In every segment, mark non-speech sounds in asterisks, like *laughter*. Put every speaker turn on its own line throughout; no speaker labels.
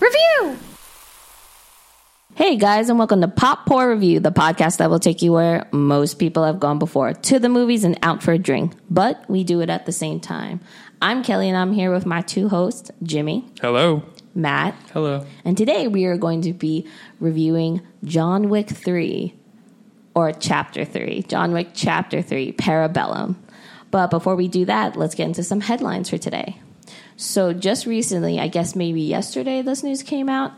review. Hey guys, and welcome to Pop Poor Review, the podcast that will take you where most people have gone before to the movies and out for a drink, but we do it at the same time. I'm Kelly, and I'm here with my two hosts, Jimmy,
Hello.
Matt,
Hello.
and today we are going to be reviewing John Wick 3 or Chapter 3, John Wick Chapter 3, Parabellum. But before we do that, let's get into some headlines for today. So, just recently, I guess maybe yesterday, this news came out.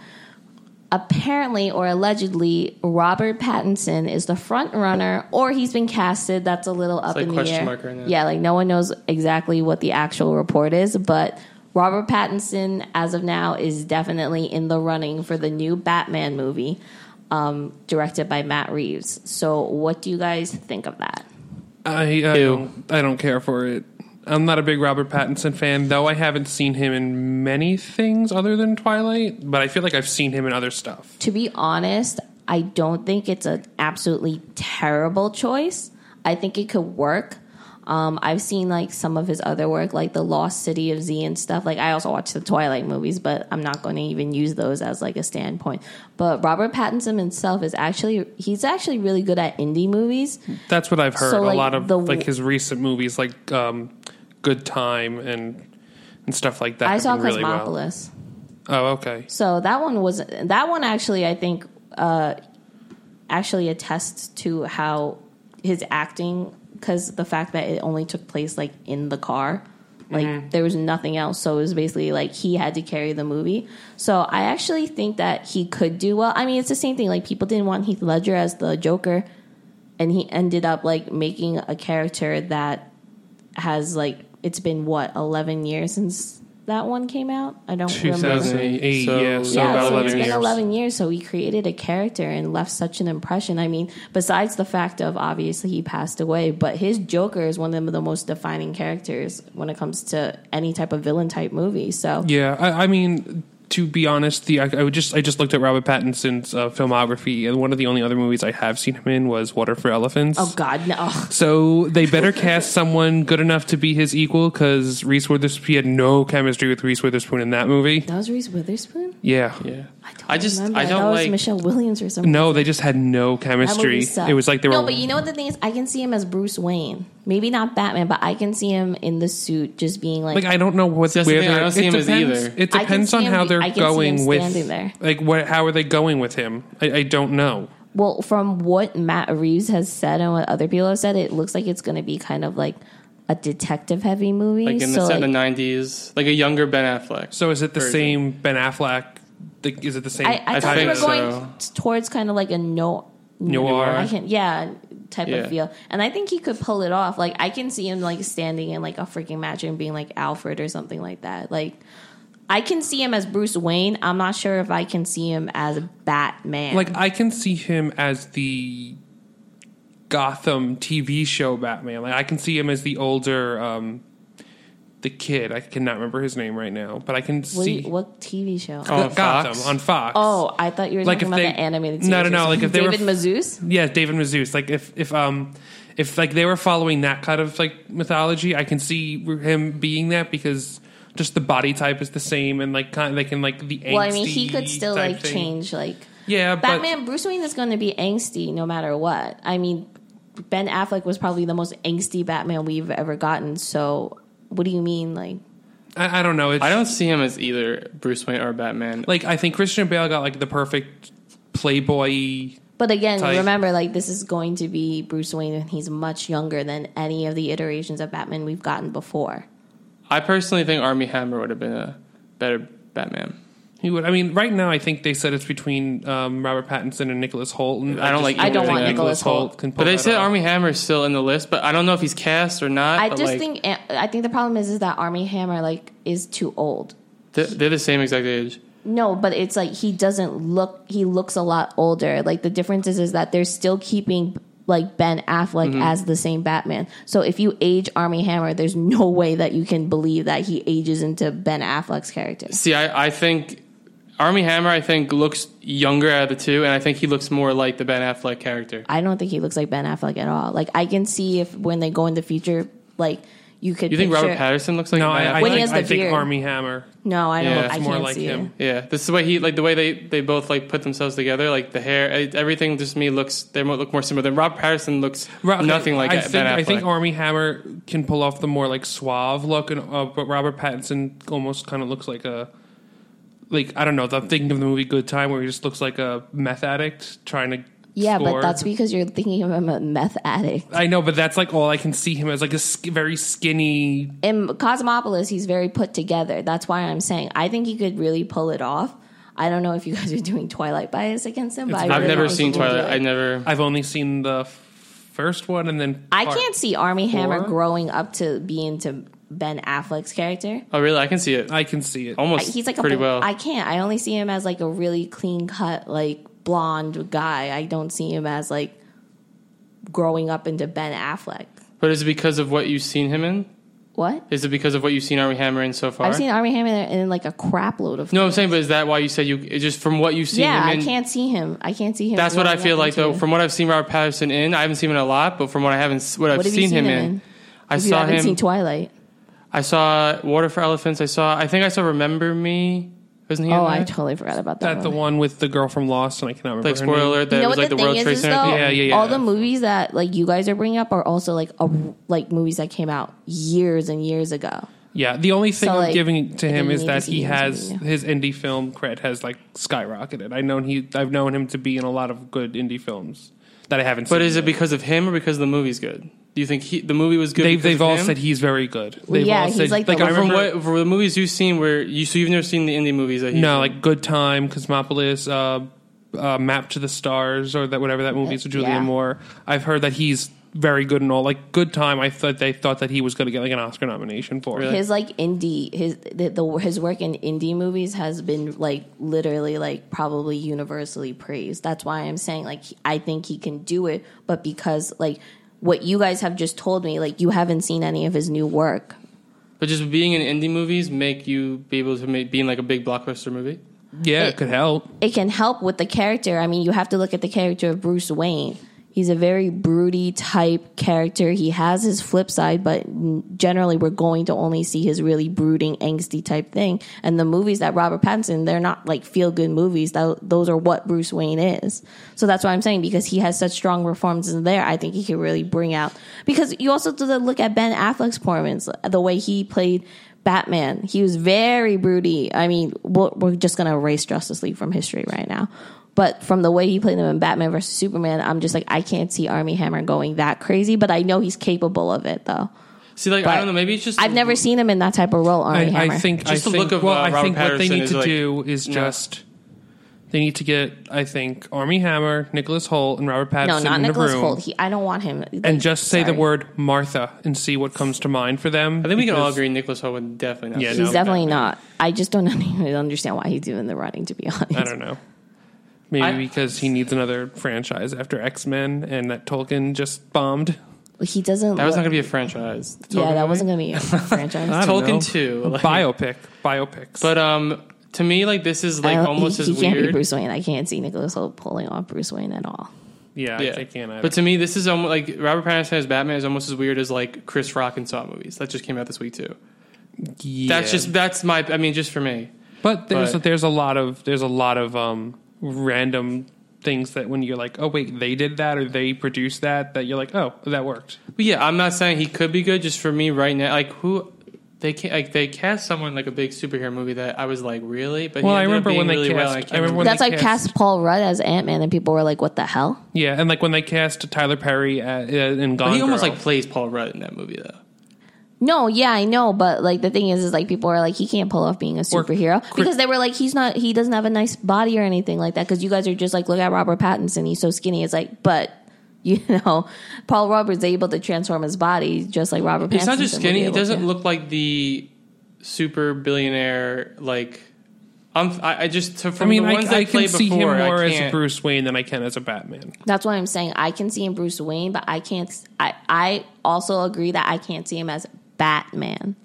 Apparently or allegedly, Robert Pattinson is the front runner, or he's been casted. That's a little up
like
in the
question
air.
mark right now.
Yeah, like no one knows exactly what the actual report is, but Robert Pattinson, as of now, is definitely in the running for the new Batman movie um, directed by Matt Reeves. So, what do you guys think of that?
I I don't, I don't care for it. I'm not a big Robert Pattinson fan, though I haven't seen him in many things other than Twilight, but I feel like I've seen him in other stuff.
To be honest, I don't think it's an absolutely terrible choice. I think it could work. Um, I've seen like some of his other work, like The Lost City of Z and stuff. Like I also watch the Twilight movies, but I'm not going to even use those as like a standpoint. But Robert Pattinson himself is actually he's actually really good at indie movies.
That's what I've heard.
So, like,
a lot of
the-
like his recent movies like um, Good Time and and stuff like that.
I
have
saw
been really well.
Cosmopolis.
Oh, okay.
So that one was that one actually I think uh, actually attests to how his acting because the fact that it only took place like in the car, like there was nothing else, so it was basically like he had to carry the movie. So I actually think that he could do well. I mean, it's the same thing. Like people didn't want Heath Ledger as the Joker, and he ended up like making a character that has like it's been what eleven years since. That one came out. I don't remember.
2008.
So-
yeah, so
Yeah,
about
so
11
it's been
years.
11 years so he created a character and left such an impression i mean besides the fact of obviously he passed away but his joker is one of the most defining characters when it comes to any type of villain type movie so
Yeah, I, I mean, to be honest, the I, I would just I just looked at Robert Pattinson's uh, filmography, and one of the only other movies I have seen him in was Water for Elephants.
oh god no
So they better cast someone good enough to be his equal because Reese Witherspoon he had no chemistry with Reese Witherspoon in that movie.
that was reese witherspoon
Yeah.
Yeah.
i don't
I just-
remember.
I don't
thought it was
like-
michelle williams or something
No, they just had no
That movie
chemistry.
sucked.
It was like they were.
no, but you know what the thing is? I can see him as Bruce Wayne, maybe not Batman, but I can see him in the suit, just being like,
like I don't know what's
That's the
where
thing,
they're-
I don't see
it
him as
depends-
either.
It
I can
depends
see
on
him-
how they're
I can see him
going with
standing there.
like what how are they going with him? I, I don't know.
Well, from what Matt Reeves has said and what other people have said, it looks like it's going to be kind of like a detective heavy movie.
Like in the
so
set in the
like,
nineties, like a younger Ben Affleck.
So is it the
Version.
same Ben Affleck? Like, is it the same?
I, I,
I
thought they
think
were
so.
going t- towards kind of like a no,
Noir.
I can, yeah, type
Yeah.
of feel. And I think he could pull it off. Like I can see him like standing in like a freaking match and being like Alfred or something like that. Like I can see him as Bruce Wayne. I'm not sure if I can see him as Batman.
Like I can see him as the Gotham TV show Batman. Like I can see him as the older um the kid. I cannot remember his name right now, but I can
what, do you-
see
what TV show?
Oh.
Go-
On Fox?
Gotham on Fox.
Oh, I thought you were
Like
talking
if
about
they-
the animated.
No, no,
series or
no, like if
something.
they were-
David Mazouz.
Yeah, David Mazouz. Like if if um if like they were following that kind of like mythology, I can see him being that because just the body type is the same and like kind they can like the angsty
Well, I mean, he could still
type
like
thing.
change like
Yeah,
Batman. Bruce Wayne is going to be angsty no matter what. I mean, Ben Affleck was probably the most angsty Batman we've ever gotten. So, what do you mean? Like,
but I, I don't know. It's,
I don't see him as either Bruce Wayne or Batman.
like I think Christian Bale got like the perfect playboy
but again,
Type.
remember, like this is going to be Bruce Wayne, and he's much younger than any of the iterations of Batman we've gotten before.
I personally think Army Hammer would have been a better Batman.
He would. I mean, right now, I think they said it's between um, Robert Pattinson and Nicholas Holt. And
I don't like
just
I don't
think
want
Nicholas Holt.
can
But
pull
they
that
said
off.
Army Hammer is still in the list, but I don't know if he's cast or
Uh,
not.
I
but,
just
like,
think eh, I think the problem is is that Army Hammer like is too old.
th- they're the same exact age.
No, but it's like he doesn't look. He looks a lot older. Like the difference is, is that they're still keeping like Ben Affleck
Mm-hmm.
as the same Batman. So if you age Army Hammer, there's no way that you can believe that he ages into Ben Affleck's character.
See, I, I think Army Hammer, I think looks younger out of the two, and I think he looks more like the Ben Affleck character.
I don't think he looks like Ben Affleck at all. Like I can see if when they go in the future, like you could.
You think
picture-
Robert Patterson looks like?
No, I,
Matt
I,
When he
think,
has the
I think
beard.
Army Hammer.
No, I don't.
Yeah,
I
it's
can't
more like
see
him.
Yeah, this is the way he like the way they they both like put themselves together. Like the hair, eh, everything just to me looks they mo- look more similar. Than Rob Patterson looks
Ro- okay,
nothing like
I
that.
think, I think Army Hammer can pull off the more like suave look, and uh, but Robert Pattinson almost kind of looks like a like I don't know. I'm thinking of the movie Good Time, where he just looks like a meth addict trying to.
it. Yeah, but
score.
that's because you're thinking of him a meth addict.
I know, but that's like all I can see him as like a sk- very skinny.
in Cosmopolis, he's very put together. That's why I'm saying I think he could really pull it off. I don't know if you guys are doing Twilight bias against him, but I
It's-
really
I've never
don't
seen
think he would
Twilight.
do
I
it.
never.
I've only seen the f- first one, and then
I
part-
can't see Army Hammer
Four?
growing up to be into Ben Affleck's character.
Oh, really? I can see it
I can see it.
I-
almost.
He's like
pretty
a, bl-
well.
I can't. I only see him as like a really clean cut, like blonde guy. I don't see him as like growing up into Ben Affleck.
but is it because of what you've seen him in?
What?
Is it because of what you've seen Army Hammer in so far?
I've seen Army Hammer in like a crap load of.
no, I'm saying, but is that why you said you it just from what you've seen
yeah,
him
I
in?
can't see him. I can't see him.
That's what I
growing
feel
up
like though.
into-
From what I've seen Robert Patterson in, I haven't seen him in a lot, but from what I haven't s- what I've
What have you
seen, him, in, I
If you
saw
haven't
him.
seen Twilight.
I saw Water for Elephants. I saw. I think I saw Remember Me. Wasn't he? in
Oh, I
that?
totally forgot about that.
That the
movie.
one with the girl from Lost, and I cannot remember.
like
her
spoiler
name.
alert. That
You know
was
what
like
the
the, World
thing
Trade
is, is
Center.
though,
Yeah, yeah, yeah.
all the movies that like you guys are bringing up are also like a, like movies that came out years and years ago.
Yeah, the only thing
So,
I'm
like,
giving to
I
him
didn't
is
need
that
to see
he
him
has
to be-
his indie film cred has like skyrocketed. I known he, I've known him to be in a lot of good indie films that I haven't.
But
seen
is it
yet.
because of him or because the movie's good? Do you think he, the movie was good?
they've
because
they've
of
all
him?
said he's very good? They've
Well, yeah,
all
he's
said
like the-
I
But from
remember
what from the movies you've seen, where you so you've never seen the indie movies that he's
no
in.
like Good Time, Cosmopolis, uh, uh, Map to the Stars, or that whatever that movie is with Julianne
Yeah.
Moore. I've heard that he's very good and all. Like Good Time, I thought they thought that he was going to get like an Oscar nomination for. it.
Really?
His like indie his the, the his work in indie movies has been like literally like probably universally praised. That's why I'm saying like he- I think he can do it, but because like what you guys have just told me, like you haven't seen any of his new work.
But just being in indie movies make you be able to make, be in like a big blockbuster movie.
Yeah,
It-
it could help.
it can help with the character. I mean, you have to look at the character of Bruce Wayne. He's a very broody type character. He has his flip side, but generally we're going to only see his really brooding, angsty type thing. And the movies that Robert Pattinson, they're not like feel good movies. Tho- those are what Bruce Wayne is. So that's what I'm saying because he has such strong performances there. I think he could really bring out because you also have to look at Ben Affleck's performance, the way he played Batman. He was very broody. I mean, we're, we're just going to erase Justice League from history right now. But from the way he played him in Batman versus Superman, I'm just like, I can't see Army Hammer going that crazy, but I know he's capable of it, though.
See, like I
But
don't know, maybe it's just
I've never seen him in that type of role, Army
I,
Hammer.
I think
Just
I
the
think,
look of,
well,
uh,
I
Robert
think what they
Patterson
need
is
to
like-
do is
No.
just they need to get I think Army Hammer, Nicholas Holt, and Robert
no,
Pattinson
not
in
Nicholas
a room
Holt. He, I don't want him.
and just say
Sorry.
the word Martha and see what comes to mind for them.
I think we can all
because-
agree Nicholas Hoult would definitely not.
Yeah,
be
He's
no,
definitely not. I just don't *laughs* even understand why he's doing the running, to be honest.
I don't know. Maybe
I-
because he needs another franchise after X Men and that Tolkien just bombed.
He doesn't.
That was not
look-
going to be a franchise. The
yeah,
Tolkien
that
movie?
wasn't going to be a franchise.
I don't know.
Tolkien too. Like,
Biopic, biopics.
But um, to me, like this is like
I don't- *laughs*
almost
he,
as
he can't be
weird.
Bruce Wayne. I can't see Nicholas Holt pulling off Bruce Wayne at all.
yeah,
Yeah.
I, I can't.
But to me, this is almost like Robert Pattinson as Batman is almost as weird as like Chris Rock and Saw movies that just came out this week too. That's just that's my. I mean, just for me.
But there's
But-
there's a lot of there's a lot of um, random things that when you're like, oh wait, they did that or they produced that, that you're like, oh, that worked.
But yeah, I'm not saying he could be good. Just for me right now, like who they can like they cast someone in, like a big superhero movie that I was like really. But
Well,
he
I
ended up
remember
being
when they
really well,
cast-
and
I remember
remember-
when
That's
they
like cast Paul Rudd as Ant Man, and people were like, "What the hell?"
Yeah, and like when they cast Tyler Perry at, uh, in Gone
but he almost
Girl.
like plays Paul Rudd in that movie though.
No, yeah, I know, but like the thing is, is like people are like, he can't pull off being a
Or
superhero
Chris-
because they were like, he's not, he doesn't have a nice body or anything like that. Because you guys are just like, look at Robert Pattinson, he's so skinny. It's like, but *laughs* you know, Paul Roberts able to transform his body just like Robert.
He's
Pattinson
not just
would be
skinny. He
able
doesn't
to.
look like the super billionaire. Like I'm. I, I just to,
I
from
mean,
the
I,
ones I,
I can
played
see
before,
him more
I
as
can't.
Bruce Wayne than I can as a Batman.
That's what I'm saying. I can see him Bruce Wayne, but I can't. I I also agree that I can't see him as Batman.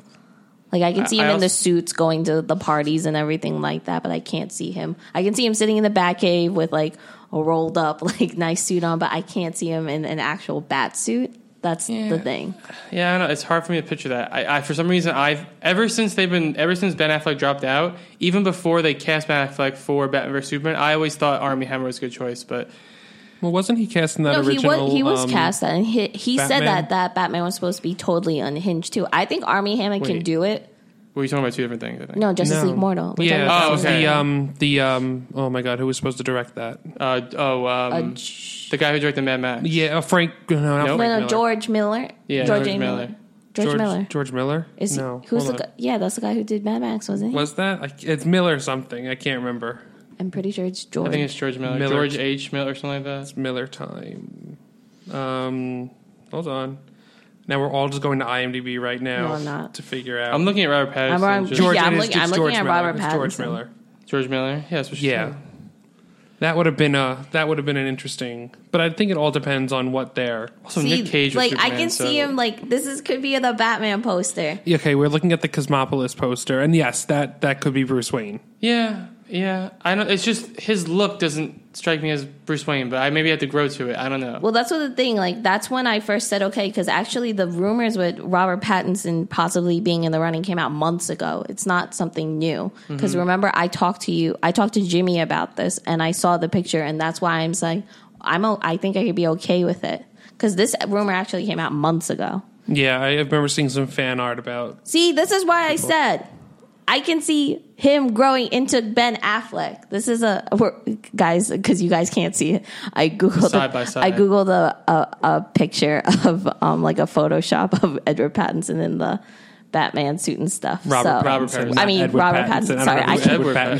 Like I can see
I-
him
I
in the
also-
suits, going to the parties and everything like that, but I can't see him. I can see him sitting in the *laughs* Batcave with like a rolled up like nice suit on, but I can't see him in an actual bat suit. That's
Yeah.
the thing.
Yeah, I know. It's hard for me to picture that. I, I for some reason I've ever since they've been ever since Ben Affleck dropped out, even before they cast Ben Affleck for Batman vs Superman, I always thought Army Hammer was a good choice, but
Well, wasn't he cast in that
No, he
original?
was he was
um,
cast that, and he he
Batman?
said that that Batman was supposed to be totally unhinged too. I think Army Hammer can
Wait.
do it.
were you talking about two different things? I think.
No, Justice
No.
League Mortal. We're talking
Yeah,
about
oh,
Oh,
Justice League
okay.
the um, the um, oh my god, who was supposed to direct that?
Uh, oh, um,
Mortal. Uh, sh-
the guy who directed Mad Max.
Yeah, uh, Frank. No, not
no,
Frank
Nope.
no,
Miller.
George Miller.
Oh, Yeah,
George,
George
A. Miller.
Miller.
George, Miller.
George Miller.
Is he,
no,
who's the
hold
guy?
on.
Yeah, that's the guy who did Mad Max, wasn't he?
Was that? I, it's Miller something. I can't remember.
I'm pretty sure it's
I
George.
think it's George Miller,
Miller.
George H. Miller, or something like that.
It's Miller time. Um, hold on. Now we're all just going to IMDb right now
No, I'm not.
to figure out.
I'm looking at Robert Pattinson.
I'm on-
George,
George.
Yeah, I'm
it is-
looking- I'm
it's
looking
George
at
Miller.
Robert
It's George
Pattinson.
Miller.
George Miller. Yeah, that's what she
Yeah.
said.
That would have been a that would have been an interesting, but I think it all depends on what they're.
Also,
See,
Nick Cage. Was
like I
Superman,
can
so-
see him. Like this is could be the Batman poster.
Okay, we're looking at the Cosmopolis poster, and yes, that that could be Bruce Wayne.
Yeah, yeah. I don't. It's just his look doesn't strike me as Bruce Wayne, but I maybe have to grow to it. I don't know.
Well, that's what the thing. Like that's when I first said okay, because actually the rumors with Robert Pattinson possibly being in the running came out months ago. It's not something new.
Mm-hmm.
Because remember, I talked to you, I talked to Jimmy about this, and I saw the picture, and that's why I'm saying I'm. o- I think I could be okay with it because this rumor actually came out months ago.
Yeah, I remember seeing some fan art about.
See, this is why I said I can see him growing into Ben Affleck. This is a we're, guys because you guys can't see it. I googled
Side by side.
I googled a, a, a picture of um, like a Photoshop of Edward Pattinson in the Batman suit and stuff.
Robert,
so,
Robert
Pattinson.
Pattinson.
not
I mean,
Edward
Robert Pattinson.
I don't
Sorry,
know who
I can't-
Edward
Edward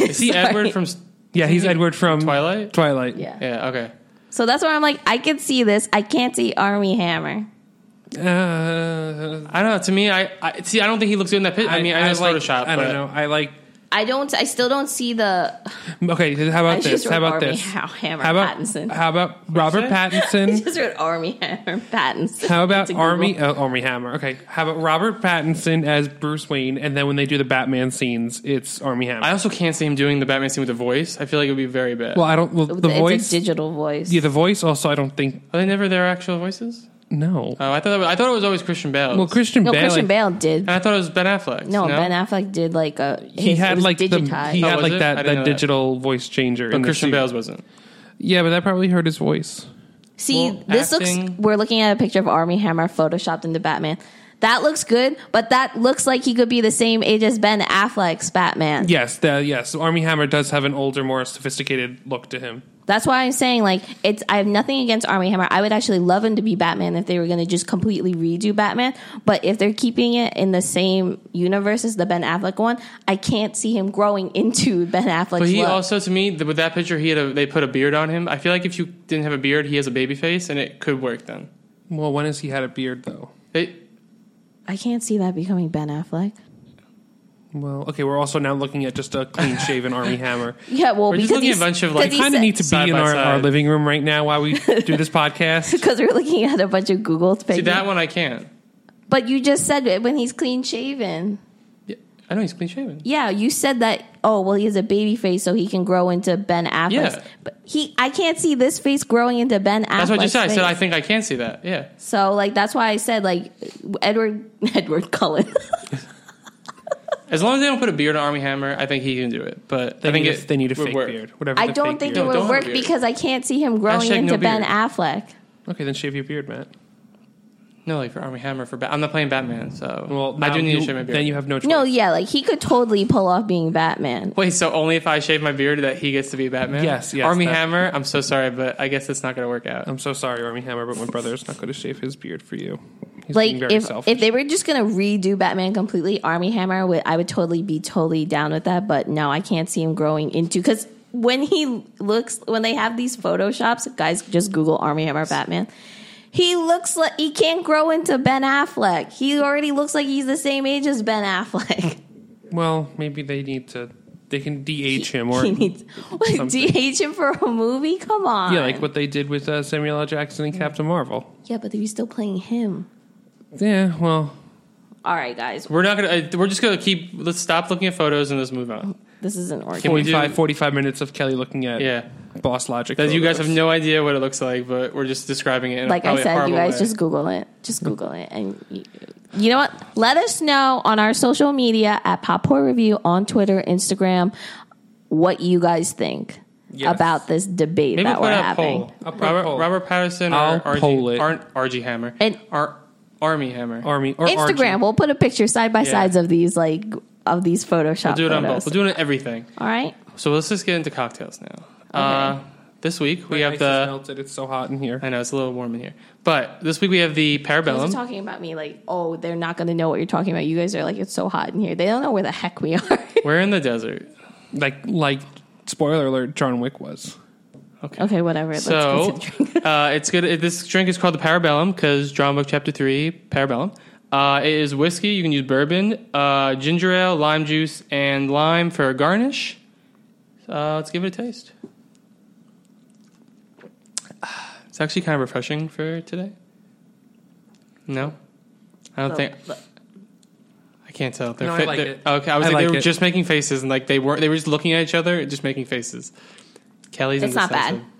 *laughs*
is.
Is he
Sorry.
Edward from?
Yeah, he's Edward from
Twilight?
Twilight.
Yeah.
Yeah. Okay.
So that's why I'm like, I can see this. I can't see Army Hammer.
Uh,
I don't know. To me, I, I see. I don't think he looks good in that picture. I, mean, I, know it's
like,
Photoshop.
I don't
but-
know. I like.
I don't. I still don't see the.
Okay, how
I
about
just
this?
wrote
How about
Army
this?
*laughs* Ha- Hammer
How about
Pattinson.
how about Robert
that?
I *laughs*
Pattinson?
just wrote Army Hammer Pattinson.
How about
to Google.
Army uh, Army Hammer? Okay, how about Robert Pattinson as Bruce Wayne, and then when they do the Batman scenes, it's Army Hammer.
I also can't see him doing the Batman scene with the voice. I feel like it would be very bad.
well, I don't. Well, the
it's
voice,
a digital voice.
yeah, the voice. Also, I don't think
Are they never their actual voices?
no.
Oh, I thought that was, I thought it was always Christian Bale.
well, Christian
no,
Bale,
Christian
like,
Bale did.
and I thought it was Ben Affleck.
No, Ben Affleck did like a.
he
his- it
had
was
like
digitized.
the he
Oh,
had
was
like
it? I
that
didn't know
that
that.
digital voice changer.
But
in the
Christian
suit.
Bale's wasn't.
Yeah, but that probably hurt his voice.
See,
well,
this looks.
acting-
We're looking at a picture of Army Hammer photoshopped into Batman. That looks good, but that looks like he could be the same age as Ben Affleck's Batman.
Yes, the, yes. Army Hammer does have an older, more sophisticated look to him.
That's why I'm saying like it's. I have nothing against Army Hammer. I would actually love him to be Batman if they were going to just completely redo Batman. But if they're keeping it in the same universe as the Ben Affleck one, I can't see him growing into Ben Affleck's.
But he
look.
also, to me, th with that picture, he had a, they put a beard on him. I feel like if you didn't have a beard, he has a baby face, and it could work then.
Well, when has he had a beard though?
It,
I can't see that becoming Ben Affleck.
Well, okay, we're also now looking at just a
*laughs*
clean shaven Army Hammer.
*laughs* Yeah, well,
We're
because
just looking
he's-
at a bunch of,
'cause
like,
he
Kind
said-
of need to
Side
be in
by
our, our
side.
living room right now while we
*laughs*
do this podcast.
because we're looking at a bunch of Google pictures.
see, that one I can't.
But you just said it when he's clean shaven.
Yeah, I know he's clean shaven.
Yeah, you said that. Oh, well, he has a baby face, so he can grow into Ben Affleck.
Yeah.
But he, I can't see this face growing into Ben Affleck.
That's what I just said. I said I
face.
think I can see that. Yeah.
so. Like that's why I said like Edward *laughs* Edward
*laughs*
Cullen.
As long as they don't put a beard on Army Hammer, I think he can do it. But
They
I think
need,
it
a, they need a
would
fake
work.
beard. Whatever.
I
the
don't
fake
think
beard.
it
don't
would
have
work
a beard.
because I can't see him growing
Hashtag
into
no
Ben
beard.
Affleck.
Okay, then shave your beard, Matt.
No, like for Army Hammer for Bat. I'm not playing Batman, so
Well,
I
now
do need
you,
to shave my beard.
Then you have no choice.
No, yeah, like he could totally pull off being Batman.
Wait, so only if I shave my beard that he gets to be Batman?
Yes, yes,
Army
that- Um,
Hammer. I'm so sorry, but I guess it's not going to work out.
I'm so sorry, Army Hammer, but my brother's not going to shave his beard for you. He's being
like
very
if
selfish.
if they were just gonna redo Batman completely, Army Hammer would I would totally be totally down with that. But no, I can't see him growing into because when he looks when they have these photoshops, guys, just Google Army Hammer Batman. He looks like he can't grow into Ben Affleck. He already looks like he's the same age as Ben Affleck. *laughs*
well, maybe they need to. They can DH him
*laughs*
or
he needs
something.
DH him for a movie. Come on,
yeah, like what they did with uh, Samuel L. Jackson and Captain Marvel.
Yeah, but you're still playing him.
Yeah, well,
All right, guys.
uh, We're not going to. We're just going to keep. Let's stop looking at photos and let's move on.
This isn't working.
Can we
45,
do-
45 minutes of Kelly looking at
Yeah.
boss logic.
That you guys have
photos.
no idea what it looks like, but we're just describing it. In
like I
a probably
said, you
horrible
guys
way.
just Google it. Just Google it, and you, you know what? Let us know on our social media at Pop Poor Review on Twitter, Instagram, what you guys think
Yes.
about this debate
maybe
that
put
we're
out a
having.
poll.
I'll put a
Robert,
poll.
Robert Patterson
I'll
or RG,
poll it.
aren't RG Hammer
And-
Ar- Army Hammer.
army or
Instagram.
RG.
We'll put a picture side by sides of these like of these Photoshop.
we'll do it on
photos.
both. We'll do it on everything.
All right.
So let's just get into cocktails now. Uh, this week we
My
have
ice
the.
is melted. It's so hot in here.
I know it's a little warm in here, but this week we have the
You guys are
Parabellum.
talking about me like, oh, they're not going to know what you're talking about. You guys are like, it's so hot in here. They don't know where the heck we *laughs* are.
We're in the desert.
Like like spoiler alert, John Wick was.
Okay.
okay, whatever.
So
Let's get to the *laughs* drink.
uh, it's good. it- This drink is called the Parabellum because John Book Chapter Three Parabellum. Uh, it is whiskey. You can use bourbon, uh, ginger ale, lime juice, and lime for a garnish. Uh, let's give it a taste. *sighs* Ah, It's actually kind of refreshing for today. No, I don't think I can't tell. They're
No, I
fa-
like
they're-
it.
Okay, I was
I
like,
like
they were
it.
just making faces and like they weren't. They were just looking at each other, just making faces. Kelly's
It's not bad.
indecisive.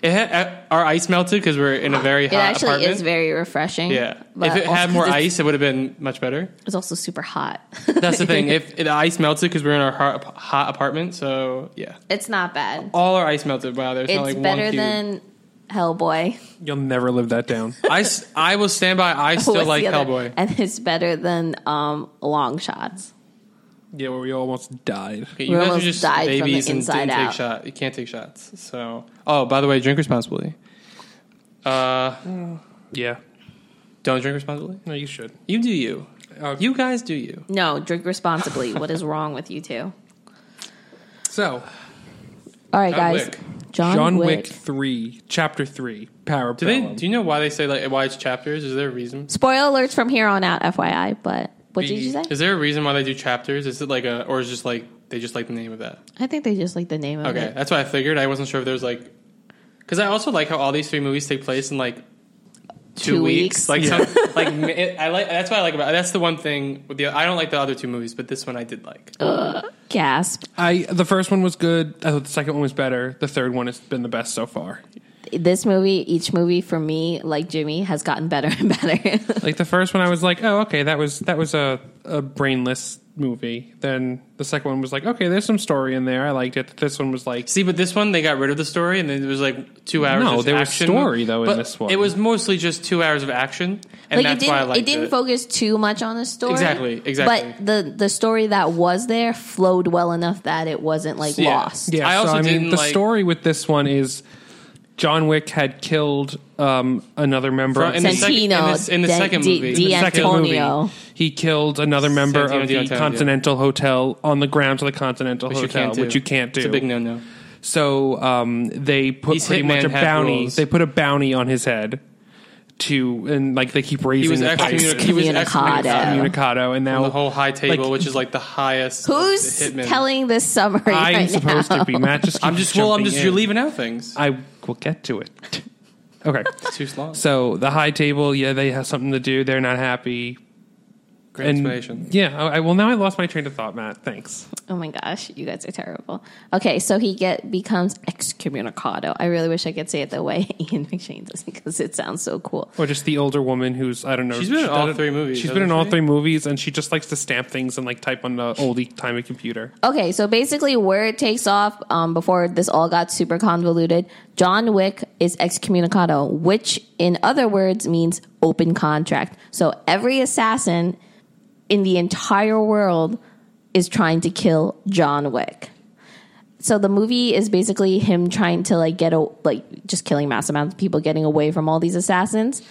It had, uh, our ice melted because we're in a very
It
hot
actually
apartment.
is very refreshing.
yeah,
but
if it
also
had more
'cause it's-
ice, it would have been
*laughs*
much better.
It's also super hot. *laughs*
That's the thing. If the ice melted because we're in our hot, hot apartment, so yeah,
it's not bad.
all our ice melted. Wow, there's
It's
Oh, not like
better
one cube.
than Hellboy. *laughs*
You'll never live that down.
*laughs* I, s- I will stand by. I still
What's
like
the other- *laughs*
Hellboy.
And it's better than um, Long Shots.
yeah, where we almost died.
We
Okay, you guys are
almost
just
died from the
babies and
inside
didn't
out.
take shot. You can't take shots. So, oh, by the way, drink responsibly. Uh,
Yeah.
don't drink responsibly.
No, you should.
You do you.
Uh,
You guys do you.
No, drink
*laughs*
responsibly. what is wrong with you two?
so
All right,
John
guys.
Wick.
John,
John
Wick.
Wick three, chapter three, Power
Do they? Do you know why they say like why it's chapters? Is there a reason?
Spoil alerts from here on out, FYI. But what did
The-
you say?
Is there a reason why they do chapters? Is it like a or is just like they just like the name of that?
I think they just like the name of
Okay,
it.
that's what I figured. I wasn't sure if there was like because I also like how all these three movies take place in like two,
Two weeks.
weeks. Like some, like *laughs* mi- it, I like that's what I like about that's the one thing with the I don't like the other two movies, but this one I did like.
Gasp.
I the first one was good. I thought the second one was better. The third one has been the best so far.
This movie, each movie for me, like Jimmy, has gotten better *laughs* and better.
Like the first one, I was like, oh, okay, that was that was a, a brainless movie. Then the second one was like, okay, there's some story in there. I liked it. This one was like,
See, but this one they got rid of the story, and then it was like two hours.
No,
of
there was
action.
story, though, in
But
this one.
It was mostly just two hours of action, and
like it
that's why I
didn't,
liked
it didn't focus too much on the story.
Exactly, exactly.
But the the story that was there flowed well enough that it wasn't like
Yeah.
lost.
yeah.
I
so,
also
I mean,
didn't
the
like-
story with this one is John Wick had killed um, another member.
From-
of
in
the
the sec- in
Santino,
this- in the
De-
second
Di-
movie.
Di
In the
second
Antonio.
movie, he killed another member
Santino
of the
D'Antonio.
Continental Hotel on the grounds of the Continental
Which you
Hotel,
can't do.
which you can't do.
It's a big no-no.
So um, they put
These
pretty
hitman
much a
had
bounty.
rules.
They put a bounty on his head to, and like they keep raising
He was
the
excommunicated.
price.
He was
Excommunicado.
excommunicated
Excommunicado, and
from
now
the whole high table,
Like-
which is like the highest. of
Who's
the hitmen.
telling this summary
I'm
right
supposed
now?
to be. Matt just.
I'm
keeps
just well. I'm
jumping
just
in.
you're leaving out things.
I will get to it. Okay,
It's too slow.
so the high table, yeah, they have something to do. They're not happy.
Great
And-
explanation.
Yeah, oh, I, I- well, now I lost my train of thought, Matt. Thanks.
*laughs* Oh my gosh, you guys are terrible. Okay, so he get becomes excommunicado. I really wish I could say it the way *laughs* Ian McShane does because it sounds so cool.
Or just the older woman who's I don't know.
She's been in
done
all
it-
three movies,
She's been in
hasn't
all
she?
three movies, and she just likes to stamp things and like type on the oldie timey computer.
Okay, so basically, where it takes off um, before this all got super convoluted, John Wick is excommunicado, which in other words means open contract. So every assassin in the entire world is trying to kill John Wick. So the movie is basically him trying to like get a like just killing mass amounts of people, getting away from all these assassins,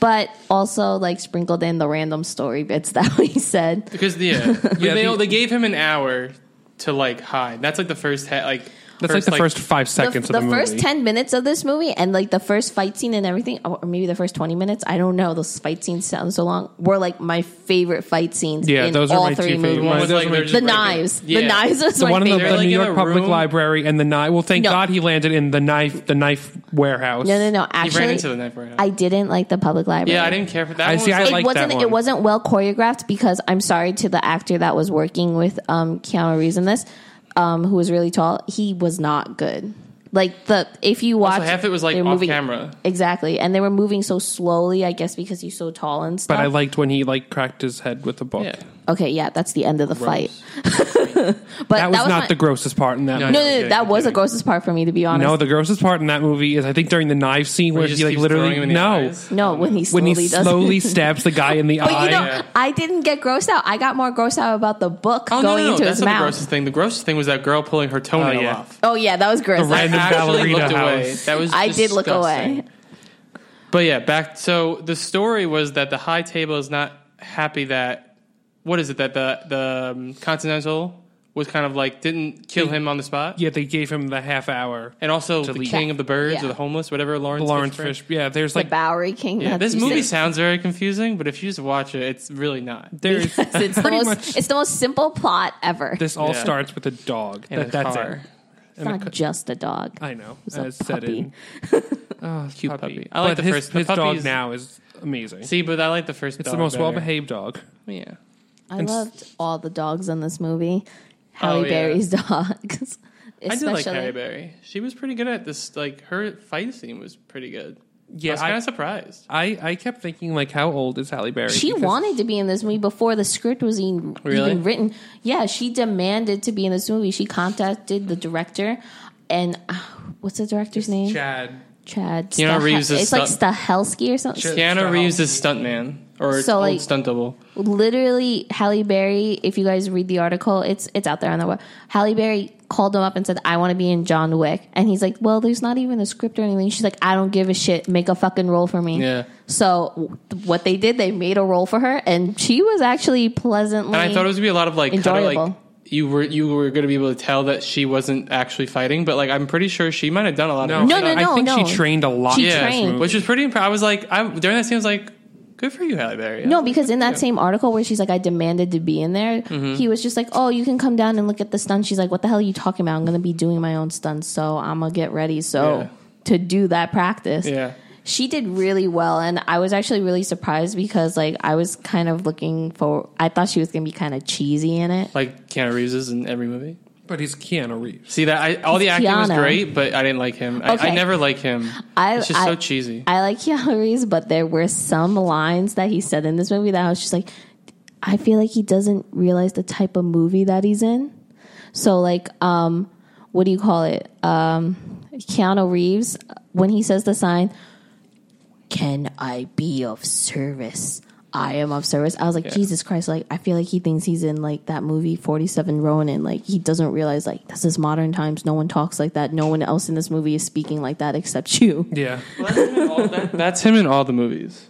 but also like sprinkled in the random story bits *laughs* that we said.
*laughs*
Because yeah,
Yeah,
they,
the-
they gave him an hour to like hide. That's like the first ha- like.
That's like the first five seconds
the,
of the,
the first
movie.
10 minutes of this movie and like the first fight scene and everything or maybe the first 20 minutes i don't know those fight scenes sound so long were like my favorite fight scenes
Yeah,
in
those are
all
my
three
two
movies
favorite ones.
was, like, they're just
the
breaking-
knives
Yeah.
the knives was
the
my
one in the,
favorite
the
They're like
New
in
York
a
Public
room.
Library and the knife. Well, thank
No.
God he landed in the knife the knife warehouse.
no no no
He ran
actually
into the knife right now.
i didn't like the public library
Yeah, I didn't care for that.
I
one
see, I
was
it
like-
like- liked
wasn't.
that one.
It wasn't well choreographed because I'm sorry to the actor that was working with um, Keanu Reeves in this. um, who was really tall, he was not good. Like the if you watch,
Also, half it was, like,
they were
off
moving-
camera.
exactly, and they were moving so slowly. I guess because he's so tall and stuff.
But I liked when he like cracked his head with the book.
Yeah.
okay, yeah, that's the end of the fight. *laughs* But
That was not
my-
the grossest part in that.
No,
movie.
no, no, no,
Yeah,
that was the
continue.
grossest part for me to be honest.
No, the grossest part in that movie is I think during the knife scene where,
he
he
just
like
keeps
literally
throwing him in the
no
eyes.
No, when he
when
slowly
he
does
slowly stabs the guy in the
*laughs* But
eye.
you know,
Yeah.
I didn't get grossed out. I got more grossed out about the book
Oh, no,
going
no, no.
into
That's
his
not the
mouth.
grossest thing. The grossest thing was that girl pulling her toenail
Oh, yeah.
off.
oh yeah, that was gross.
The random
I actually
ballerina
looked away.
house.
That was
I did look
disgusting.
away.
But yeah, back. So the story was that the high table is not happy that what is it that the the um, Continental was kind of like didn't kill him on the spot,
Yeah, they gave him the half hour.
and also
To
the
leave.
king of the birds
Yeah.
or the homeless, whatever Lawrence
Lawrence Fish. Yeah, there's
The
like
Bowery King.
Yeah,
that's
this
who
movie
said-
sounds very confusing, but if you just watch it, it's really not.
*laughs*
there's
it's the
pretty
most.
much-
It's the most simple plot ever.
this all
Yeah.
starts with a dog.
And
That-
a
that's
car.
it.
it's not just a dog.
I know.
a
As said
puppy.
in oh,
Cute
puppy.
puppy. I like
But
the
his,
first- the
his dog
puppies-
now is amazing.
See, but I like the first.
it's
dog
the most
better.
well behaved dog.
Yeah.
I
And s-
loved all the dogs in this movie. Halle
Oh, yeah.
Berry's *laughs* dogs.
I did like
Especially-
Halle Berry. She was pretty good at this. Like her fight scene was pretty good.
Yeah,
I was
I-
kind of surprised.
I, I kept thinking like how old is Halle Berry?
She
Because
wanted to be in this movie before the script was even,
Really?
even written. Yeah, she demanded to be in this movie. She contacted the director, and uh, what's the director's name?
Chad.
Chad.
Keanu
Stahe-
Reeves is
It's like
stuck-
Stahelski or something.
Sure.
Keanu
Stop.
Reeves is stuntman or
So,
old
like-
stunt double.
Literally, Halle Berry. If you guys read the article, it's it's out there on the web. Halle Berry called him up and said, "I want to be in John Wick," and he's like, "Well, there's not even a script or anything." She's like, "I don't give a shit. Make a fucking role for me."
Yeah.
So w- what they did, they made a role for her, and she was actually pleasantly.
And I thought it was gonna be a lot of like kind of like
Enjoyable.
you were you were gonna be able to tell that she wasn't actually fighting, but like I'm pretty sure she might have done a lot
No,
of her
No,
stuff.
no,
I
no,
think
no.
she trained a lot.
She
in this
trained.
movie.
which was pretty. Imp- I was like, I during that scene, I was like, good for you, Halle Berry.
No, because in that same article where she's like, I demanded to be in there,
Mm-hmm.
he was just like, Oh, you can come down and look at the stunts. She's like, What the hell are you talking about? I'm going to be doing my own stunts, so I'm going to get ready. So
Yeah.
to do that practice.
yeah,
She did really well. And I was actually really surprised because, like, I was kind of looking for, I thought she was going to be kind of cheesy in it.
like Keanu Reeves is in every movie.
but he's Keanu Reeves.
See that I, all the acting was
Keanu.
great, but I didn't like him. I,
Okay.
I never like him.
I-
it's just
I- *laughs*
so cheesy.
I like Keanu Reeves, but there were some lines that he said in this movie that I was just like, I feel like he doesn't realize the type of movie that he's in. So like, um, what do you call it? Um, Keanu Reeves when he says the sign, "Can I be of service?" I am of service. I was like, Jesus Christ! Like, I feel like he thinks he's in like that movie Forty Seven Ronin. Like, he doesn't realize like this is modern times. No one talks like that. No one else in this movie is speaking like that except *laughs* you.
Yeah.
That's him in all the movies.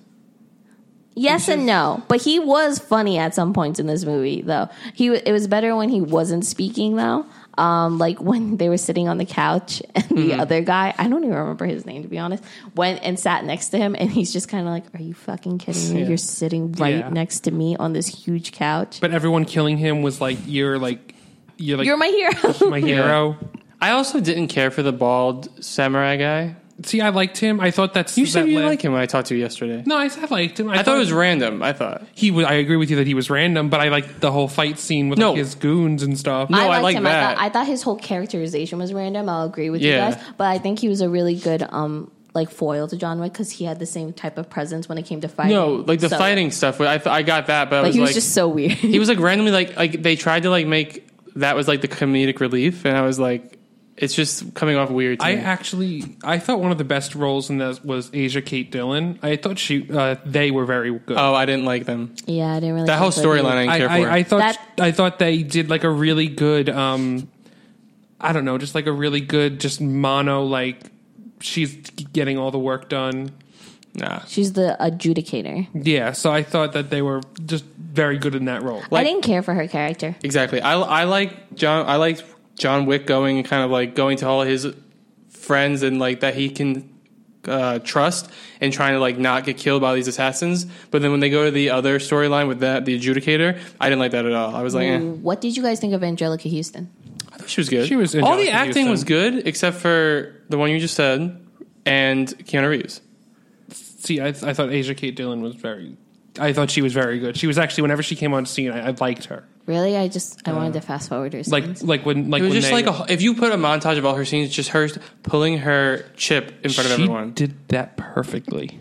Yes and no, but he was funny at some points in this movie, though. He w- it was better when he wasn't speaking, though. Um, like when *laughs* they were sitting on the couch *laughs* and the
Mm-hmm.
other guy, I don't even remember his name to be honest, went and sat next to him, and he's just kind of like, "Are you fucking kidding me?
Yeah.
You're sitting right
Yeah.
next to me on this huge couch.
But everyone killing him was like you're like you're like
You're my
*laughs*
hero."
*laughs* my hero.
I also didn't care for the bald samurai guy.
See, I liked him. I thought that's
You said
that
you
la-
like him when I talked to you yesterday.
No, I, said I liked him.
I thought it was random. I thought.
he was. I agree with you that he was random, but I liked the whole fight scene with
No.
like, his goons and stuff.
No, I
liked
like
him. I
that.
thought, I thought his whole characterization was random. I'll agree with
Yeah.
you guys, but I think he was a really good um like foil to John Wick because he had the same type of presence when it came to fighting.
No, like the
So-
fighting stuff. I th- I got that, but I
Like
was
he was
like,
just so weird.
he was like randomly like like they tried to like make that was like the comedic relief, and I was like, it's just coming off weird. To
I
me.
actually, I thought one of the best roles in this was Asia Kate Dillon. I thought she, uh, they were very good.
oh, I didn't like them.
*laughs* Yeah, I didn't really.
That whole storyline, I didn't
I,
care for.
I, I thought
That-
I thought they did like a really good um I don't know, just like a really good just mono like she's getting all the work done.
nah.
She's the adjudicator.
Yeah, so I thought that they were just very good in that role.
I didn't care for her character.
Exactly. I, I like John. I like John Wick going and kind of like going to all his friends and like that he can uh, trust and trying to like not get killed by these assassins. But then when they go to the other storyline with that, the adjudicator, I didn't like that at all. I was like, eh.
What did you guys think of Angelica Houston?
I thought she was good.
She was
all the
Angelica
acting
Houston.
was good except for the one you just said and Keanu Reeves.
See, I, I thought Asia Kate Dillon was very I thought she was very good. She was actually whenever she came on scene, I, I liked her.
Really, I just I wanted to fast forward her.
Like
scenes. *laughs*
like when like
It was
when
just
they,
like a, if you put a montage of all her scenes, just her pulling her chip in front of
She
everyone.
Did that perfectly.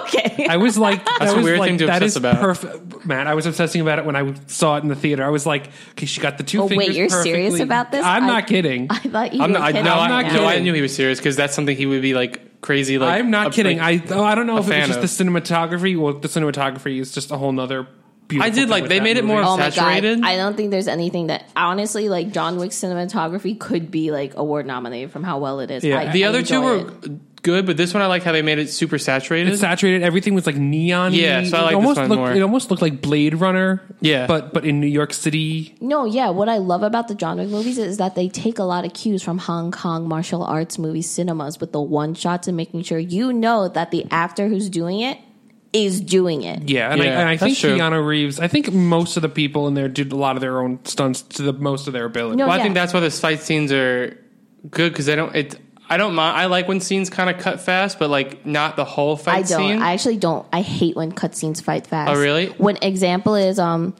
okay,
I was like, that
That's a
was
weird
like,
thing to
that
obsess
is
about.
Perfect, Matt. I was obsessing about it when I saw it in the theater. I was like, okay, she got the two.
Oh, wait,
fingers
you're serious
perfectly.
about this?
I'm
I- *laughs*
not kidding.
*laughs* I thought you.
I'm
were
not, I,
kidding
no,
me
I,
now.
no, I
kidding.
knew he was serious because that's something he would be like crazy. Like
I'm not
up-
kidding.
like-
I oh, I don't know if it
fan
was just
of.
the cinematography. Well, the cinematography is just a whole nother. beautiful
I did
thing
like-
with
they
that
made it
movie.
more
Oh my
Saturated?
god! I don't think there's anything that honestly, like John Wick's cinematography, could be like award nominated from how well it is.
Yeah.
I,
the
I
other two
enjoy
were
it.
good, but this one I like how they made it super saturated.
It's saturated. Everything was like neon.
Yeah, so I like
it
this
almost
one
looked,
more.
It almost looked like Blade Runner.
Yeah.
but but in New York City.
No, yeah. What I love about the John Wick movies is that they take a lot of cues from Hong Kong martial arts movie cinemas with the one shots and making sure you know that the actor who's doing it is doing it.
Yeah, and I,
Yeah,
and I
that's
think
true.
Keanu Reeves. I think most of the people in there did a lot of their own stunts to the most of their ability.
No,
well, I
yeah.
think that's why the fight scenes are good because they don't. It I don't mind. I like when scenes kind of cut fast, but like not the whole fight
I don't.
scene.
I actually don't. I hate when cutscenes fight fast.
Oh, really?
When example is um,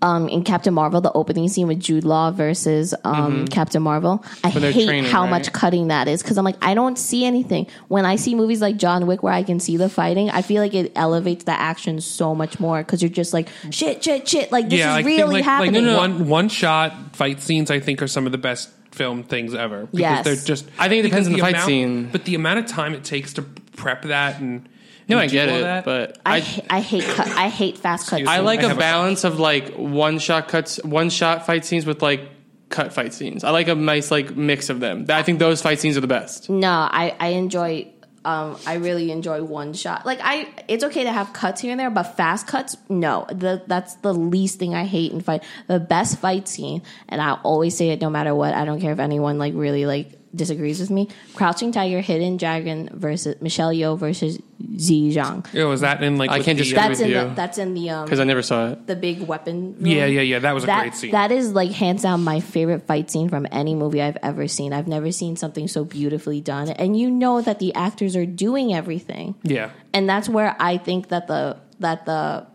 um, in Captain Marvel, the opening scene with Jude Law versus um Captain Marvel. I
Mm-hmm. they're
hate
training,
how
right?
much cutting that is because I'm like, I don't see anything. When I see movies like John Wick where I can see the fighting, I feel like it elevates the action so much more because you're just like shit, shit, shit. Like this
yeah,
is
I think,
really
like,
happening.
Like one one shot fight scenes, I think, are some of the best film things ever. Because
Yes.
they're just.
I think it
because
depends on the fight
amount-
scene.
but the amount of time it takes to prep that and
no,
and
I
do
get
all
it,
that.
but
I,
I
ha- I hate cut, I hate fast cuts.
I
I
like a
have a-
balance of like one shot cuts, one shot fight scenes with like cut fight scenes. I like a nice like mix of them. I think those fight scenes are the best.
No, I I enjoy. Um, I really enjoy one shot. Like I, it's okay to have cuts here and there, but fast cuts, no. The, that's the least thing I hate in fight. The best fight scene, and I always say it, no matter what. I don't care if anyone like really like disagrees with me. Crouching Tiger, Hidden Dragon versus Michelle Yeoh versus Zi Zhang.
Yeah, was oh, that in like
I
with
can't
the, uh,
describe-
That's
with
in the
you.
that's in the um
Because I never saw it.
the big weapon. room.
Yeah, yeah, yeah. That was a
That,
great scene.
that is like hands down my favorite fight scene from any movie I've ever seen. I've never seen something so beautifully done. And you know that the actors are doing everything.
yeah,
And that's where I think that the that the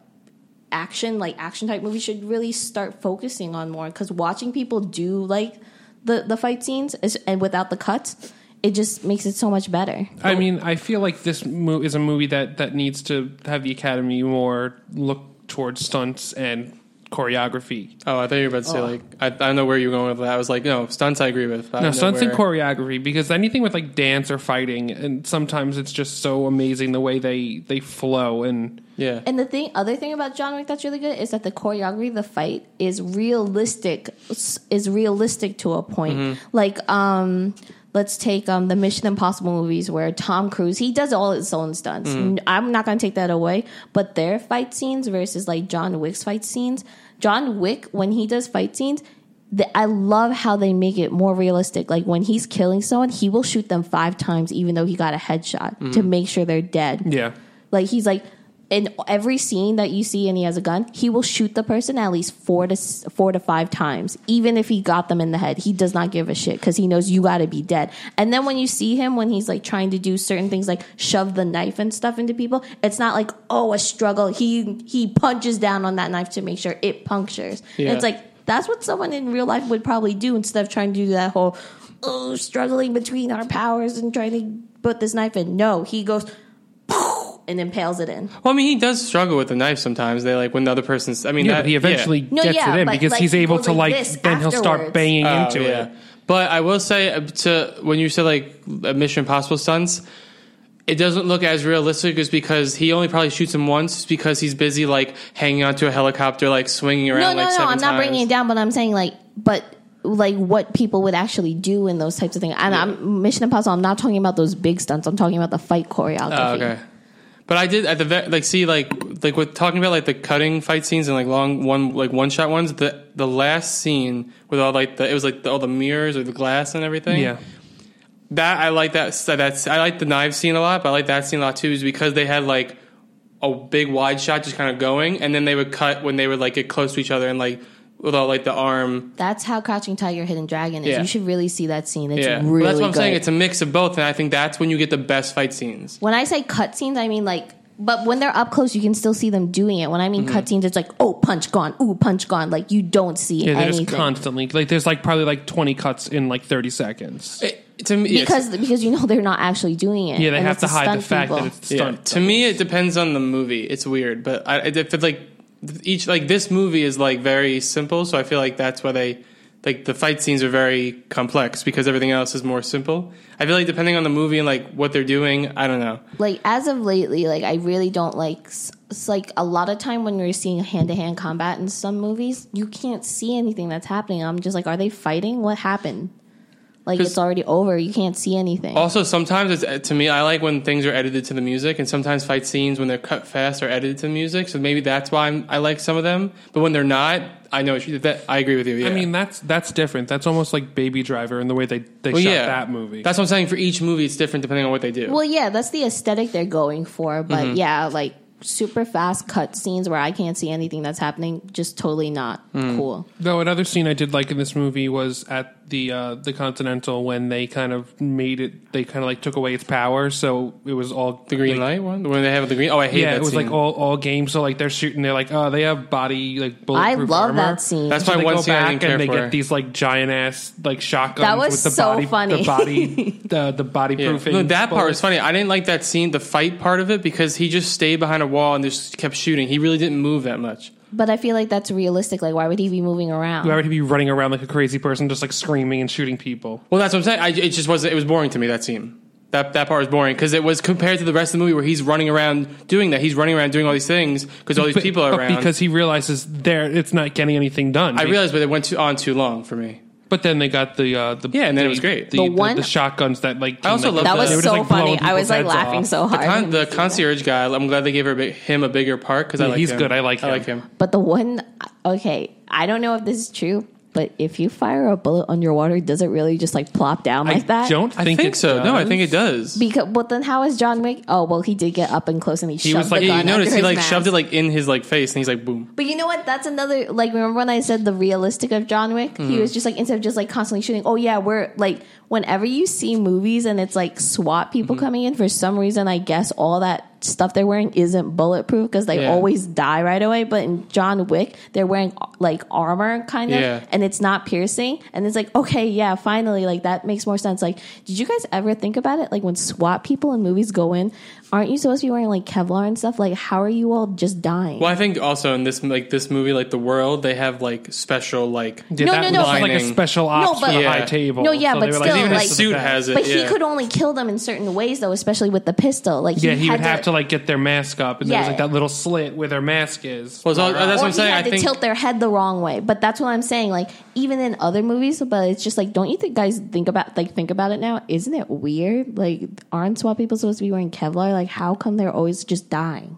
action like action type movies should really start focusing on more cuz watching people do like the the fight scenes is, and without the cuts, it just makes it so much better.
I mean, I feel like this mo- is a movie that that needs to have the Academy more look towards stunts and choreography.
Oh, I thought you were about to say like I, I don't know where you were going with that. I was like, no, stunts I agree with. I
No,
don't know
stunts and
where-
choreography because anything with like dance or fighting, and sometimes it's just so amazing the way they they flow and
Yeah,
And the thing, other thing about John Wick that's really good is that the choreography, of the fight is realistic, is realistic to a point. Like, um, let's take um the Mission Impossible movies where Tom Cruise he does all his own stunts. N- I'm not gonna take that away, but their fight scenes versus like John Wick's fight scenes. John Wick when he does fight scenes. The, I love how they make it more realistic. Like when he's killing someone, he will shoot them five times, even though he got a headshot, to make sure they're dead.
yeah.
Like he's like in every scene that you see and he has a gun, he will shoot the person at least four to s- four to five times, even if he got them in the head. He does not give a shit because he knows you got to be dead. And then when you see him when he's like trying to do certain things like shove the knife and stuff into people, it's not like oh a struggle. He he punches down on that knife to make sure it punctures. And
Yeah.
it's like that's what someone in real life would probably do instead of trying to do that whole oh struggling between our powers and trying to put this knife in. No, he goes and impales it in.
Well, I mean, he does struggle with the knife sometimes. They like when the other person's. I mean,
Yeah,
that-
but he eventually
No,
gets
yeah,
it in
but,
because
like,
he's
he
able
goes
to
like
like,
this
then he'll start
afterwards.
banging
Oh,
into
yeah.
it.
But I will say uh, to when you said like uh, Mission Impossible stunts, it doesn't look as realistic. Is because he only probably shoots him once because he's busy like hanging onto a helicopter, like swinging around.
No, no,
like,
no.
seven
I'm not
times.
bringing it down, but I'm saying like, but like what people would actually do in those types of things. And I'm Mission Impossible. I'm not talking about those big stunts. I'm talking about the fight choreography.
Oh, okay. But I did at the ve- like see like like with talking about like the cutting fight scenes and like long one like one shot ones the the last scene with all like the it was like the, all the mirrors or the glass and everything
Yeah.
that I like that so that's I like the knife scene a lot but I like that scene a lot too is because they had like a big wide shot just kind of going and then they would cut when they would like get close to each other and like with all like the arm
That's how Crouching Tiger, Hidden Dragon is.
Yeah.
You should really see that scene. It's
yeah
really
Well, that's what I'm
good.
saying it's a mix of both and I think that's when you get the best fight scenes
when I say cut scenes, I mean like But when they're up close, you can still see them doing it. When I mean cutscenes, it's like, oh, punch gone, ooh, punch gone. Like you don't see
Yeah, they're
anything
just constantly like there's like probably like twenty cuts in like thirty seconds.
It- to me, it's-
because because you know they're not actually doing it.
Yeah, they
and
have
it's
to hide
stunt
the fact
people.
that it's the stunt.
To me, it depends on the movie. It's weird, but I, I if it's like each like this movie is like very simple, so I feel like that's why they like the fight scenes are very complex because everything else is more simple. I feel like depending on the movie and like what they're doing, I don't know.
like as of lately, like I really don't like. s- It's like a lot of time when you're seeing hand to hand combat in some movies, you can't see anything that's happening. I'm just like, are they fighting? What happened? Like
'Cause-
it's already over. You can't see anything.
Also, sometimes it's eh, to me, I like when things are edited to the music, and sometimes fight scenes when they're cut fast are edited to the music. So maybe that's why I'm, I like some of them, but when they're not, I know it's- that I agree with you. Yeah.
I mean, that's that's different. That's almost like Baby Driver in the way they they
Well,
shot
yeah,
that movie.
That's what I'm saying. For each movie, it's different depending on what they do.
Well, yeah, that's the aesthetic they're going for. But
Mm-hmm.
yeah, like super fast cut scenes where I can't see anything that's happening, just totally not
Hmm.
cool.
Though another scene I did like in this movie was at the uh, the Continental when they kind of made it. They kind of like took away its power, so it was all
The green
like,
light one, the one they have the green. Oh, I hate
Yeah,
that.
it was like
scene.
all all game. So like they're shooting. They're like, oh, they have body like
I
bulletproof
love
armor.
that scene.
That's
So
my
they
one
go
scene I
back
didn't care
and they
for.
get these like giant ass like shotguns
That was
with the
so
body,
funny.
the
*laughs*
body, the the body
Yeah.
proofing.
No, that part
bullets.
was funny. I didn't like that scene, the fight part of it, because he just stayed behind a wall and just kept shooting. He really didn't move that much.
But I feel like that's realistic. Like, why would he be moving around?
Why would he be running around like a crazy person, just like screaming and shooting people?
Well, that's what I'm saying. I, it just wasn't. It was boring to me that scene. That that part was boring because it was compared to the rest of the movie where he's running around doing that. He's running around doing all these things because all these
But-
people are
but
around.
because he realizes there it's not getting anything done.
I realized, but it went too, on too long for me.
But then they got the uh, the
Yeah, and then it
the-
was great.
The,
The
the,
one-
the shotguns that like came,
also
like,
love
that
that.
was
They were
so
just, like, blowing
funny. Oh, I was
people's
like
heads
laughing
off.
so hard.
Con-
when we
the
see that.
concierge guy. I'm glad they gave her a big, him a bigger part because I
Yeah,
like
he's
him.
good. I like
I
him.
like him.
But the one, okay, I don't know if this is true, but if you fire a bullet underwater, does it really just like plop down like that?
I don't
I
think,
think,
it
so. No, I
does.
think it does.
Because, but then how is John Wick? Oh, well, he did get up and close and he,
He
shoved
was like-
the
yeah,
gun
you
under
You notice he
his
like
mask.
shoved it like in his like face and he's like boom.
But you know what? That's another like. Remember when I said the realistic of John Wick?
Mm-hmm.
He was just like instead of just like constantly shooting. Oh yeah, we're like whenever you see movies and it's like SWAT people
Mm-hmm.
coming in for some reason. I guess all that stuff they're wearing isn't bulletproof because they
Yeah.
always die right away. But in John Wick, they're wearing like armor kind of,
Yeah.
and it's not piercing. And it's like okay, yeah, finally, like that makes more sense. Like, did you guys ever think about it? Like when SWAT people in movies go in, aren't you supposed to be wearing like Kevlar and stuff? Like, how are you all just dying?
Well, I think also in this like this movie, like the world, they have like special like.
Yeah,
No,
that
no, no.
was like a
Lining.
special
No,
ops
but-
for the
Yeah.
high table.
No, yeah,
So
but
they were
still,
even
this
like-
is
his
the
suit
best.
has it.
But
yeah.
he could only kill them in certain ways, though, especially with the pistol. Like
Yeah, he
had
would have to like get their mask up, and there was
Yeah.
like that little slit where their mask is.
Well, it's all- that's
or
what I'm
he
saying.
had
I
to
think
tilt their head the wrong way. But that's what I'm saying. Like even in other movies, but it's just like, don't you think guys think about like think about it now? Isn't it weird? Like aren't SWAT people supposed to be wearing Kevlar? Like how come they're always just dying?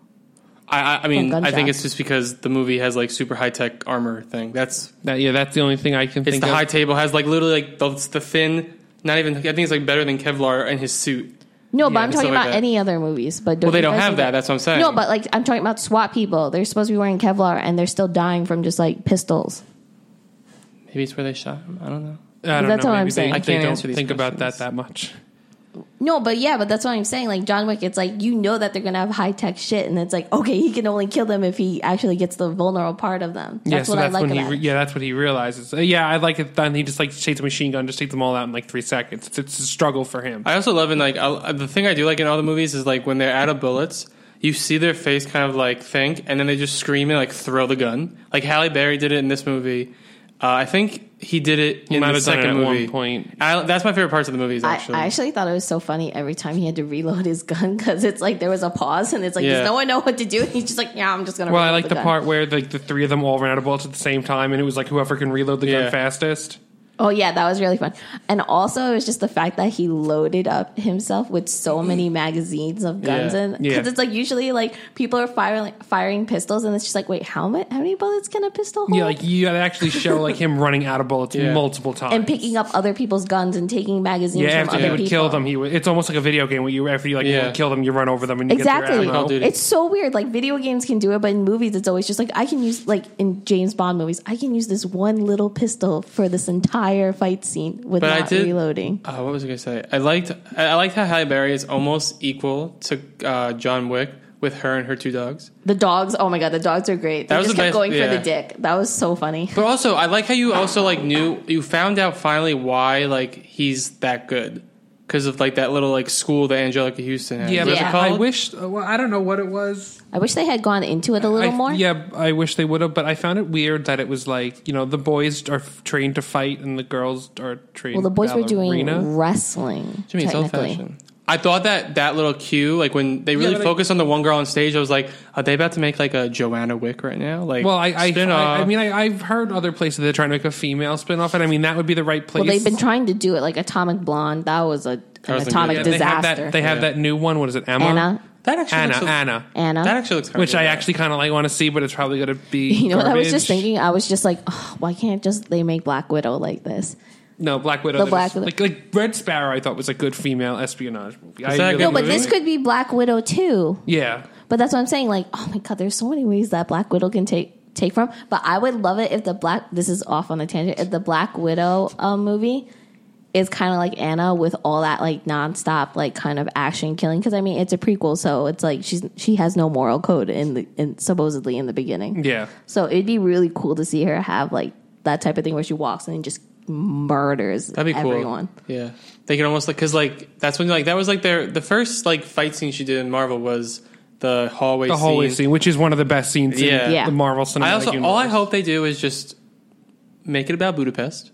I, I- I mean,
From
I think
gunshots.
it's just because the movie has like super high tech armor thing. That's
That- yeah, that's the only thing I can
it's
think
the
of.
high table has like literally like the, it's the thin. Not even. I think it's like better than Kevlar in his suit.
No, but
Yeah,
I'm talking
and stuff like
about
that.
any other movies. But don't
Well, they
you
don't
guys
have
think
that. That's what I'm saying.
No, but like I'm talking about SWAT people. They're supposed to be wearing Kevlar and they're still dying from just like pistols.
maybe it's where they shot him. I don't know.
I don't
That's
know,
what I'm
maybe
saying.
They,
I
they
can't
don't
answer these
think about that
questions.
that much.
No, but yeah, but that's what I'm saying. Like John Wick, it's like you know that they're gonna have high tech shit, and it's like okay, he can only kill them if he actually gets the vulnerable part of them. That's
yeah,
what
so
I
that's
like
when he.
about
Re-
it.
yeah, that's what he realizes. Uh, yeah, I like it. Then he just like takes a machine gun, just takes them all out in like three seconds. It's, it's a struggle for him.
I also love in like i the thing I do like in all the movies is like when they're out of bullets, you see their face kind of like think, and then they just scream and like throw the gun. Like Halle Berry did it in this movie. Uh, I think he did it in
might have
the
done it
second
at one
movie.
point.
I, that's my favorite parts of the movies.
I,
Actually,
I actually thought it was so funny every time he had to reload his gun *laughs* because it's like there was a pause and it's like
Yeah.
does no one know what to do? *laughs* And he's just like yeah, I'm just gonna.
Well, I
reload
like the,
gun.
part where like the three of them all ran out of bullets at the same time, and it was like whoever can reload the
Yeah.
gun fastest.
Oh yeah, that was really fun. And also it was just the fact that he loaded up himself with so many magazines of guns
Yeah.
and because
Yeah.
it's like usually like people are firing firing pistols and it's just like wait how much how many bullets can a pistol hold?
Yeah, like you gotta actually show like him running out of bullets
Yeah.
multiple times.
and picking up other people's guns and taking magazines
yeah,
from
after
other
he would
people.
kill them, he would. It's almost like a video game where you after you like you
Yeah.
would kill them, you run over them and you
Exactly.
get their ammo.
Duty.
It's so weird. Like video games can do it, but in movies, it's always just like I can use like in James Bond movies, I can use this one little pistol for this entire fight scene
But I
without
did-
reloading.
Uh, what was I going to say? I liked I I liked how Halle Berry is almost equal to uh, John Wick with her and her two dogs.
The dogs, oh my god, the dogs are great. They
That was
just
the
kept
best-
going for
yeah.
the dick. That was so funny.
But also, I like how you also like knew you found out finally why like he's that good because of like that little like school that Angelica Houston had.
Yeah,
What
but
is it
Yeah.
I
called?
wish. uh, Well, I don't know what it was.
I wish they had gone into it a little
I,
more.
Yeah, I wish they would have. But I found it weird that it was like you know the boys are f- trained to fight and the girls are trained.
Well, the boys were doing
ballerina.
wrestling.
Jimmy, it's old
technically.
fashioned. I thought that that little cue, like when they really
but I-
focused on the one girl on stage, I was like, are they about to make like a Joanna Wick right now? Like,
Well, I I,
spin
I, I
off.
mean I, I've heard other places they're trying to make a female spinoff, and I mean that would be the right place.
Well, they've been trying to do it like Atomic Blonde. That was a, an
was a
atomic
good-
they have
disaster.
that. They have
Yeah.
that new one. What is it? Emma?
Anna,
that actually
Anna.
looks,
Anna.
Anna.
That actually looks, kinda
Which I
good.
actually kind of like want to see, but it's probably going to
*laughs*
be.
you know what I was just
garbage.
thinking? I was just like, oh, why can't just they make Black Widow like this?
No, Black Widow.
The
that
Black
was- Like, like Red Sparrow, I thought was a good female espionage movie. I
that a good
No, but
movie?
this could be Black Widow too.
Yeah,
But that's what I'm saying. Like, oh my god, there's so many ways that Black Widow can take take from. But I would love it if the black this is off on a tangent. If the Black Widow um, movie is kind of like Anna with all that like nonstop like kind of action killing. Because I mean, it's a prequel, so it's like she's she has no moral code in the in supposedly in the beginning.
yeah.
So it'd be really cool to see her have like that type of thing where she walks and just murders
That'd be cool.
everyone.
Yeah, they can almost like because like that's when like that was like their the first like fight scene she did in Marvel was the hallway.
The hallway
scene.
scene, which is one of the best scenes
Yeah.
in
Yeah.
the Marvel Cinematic
I also all I
Universe.
hope they do is just make it about Budapest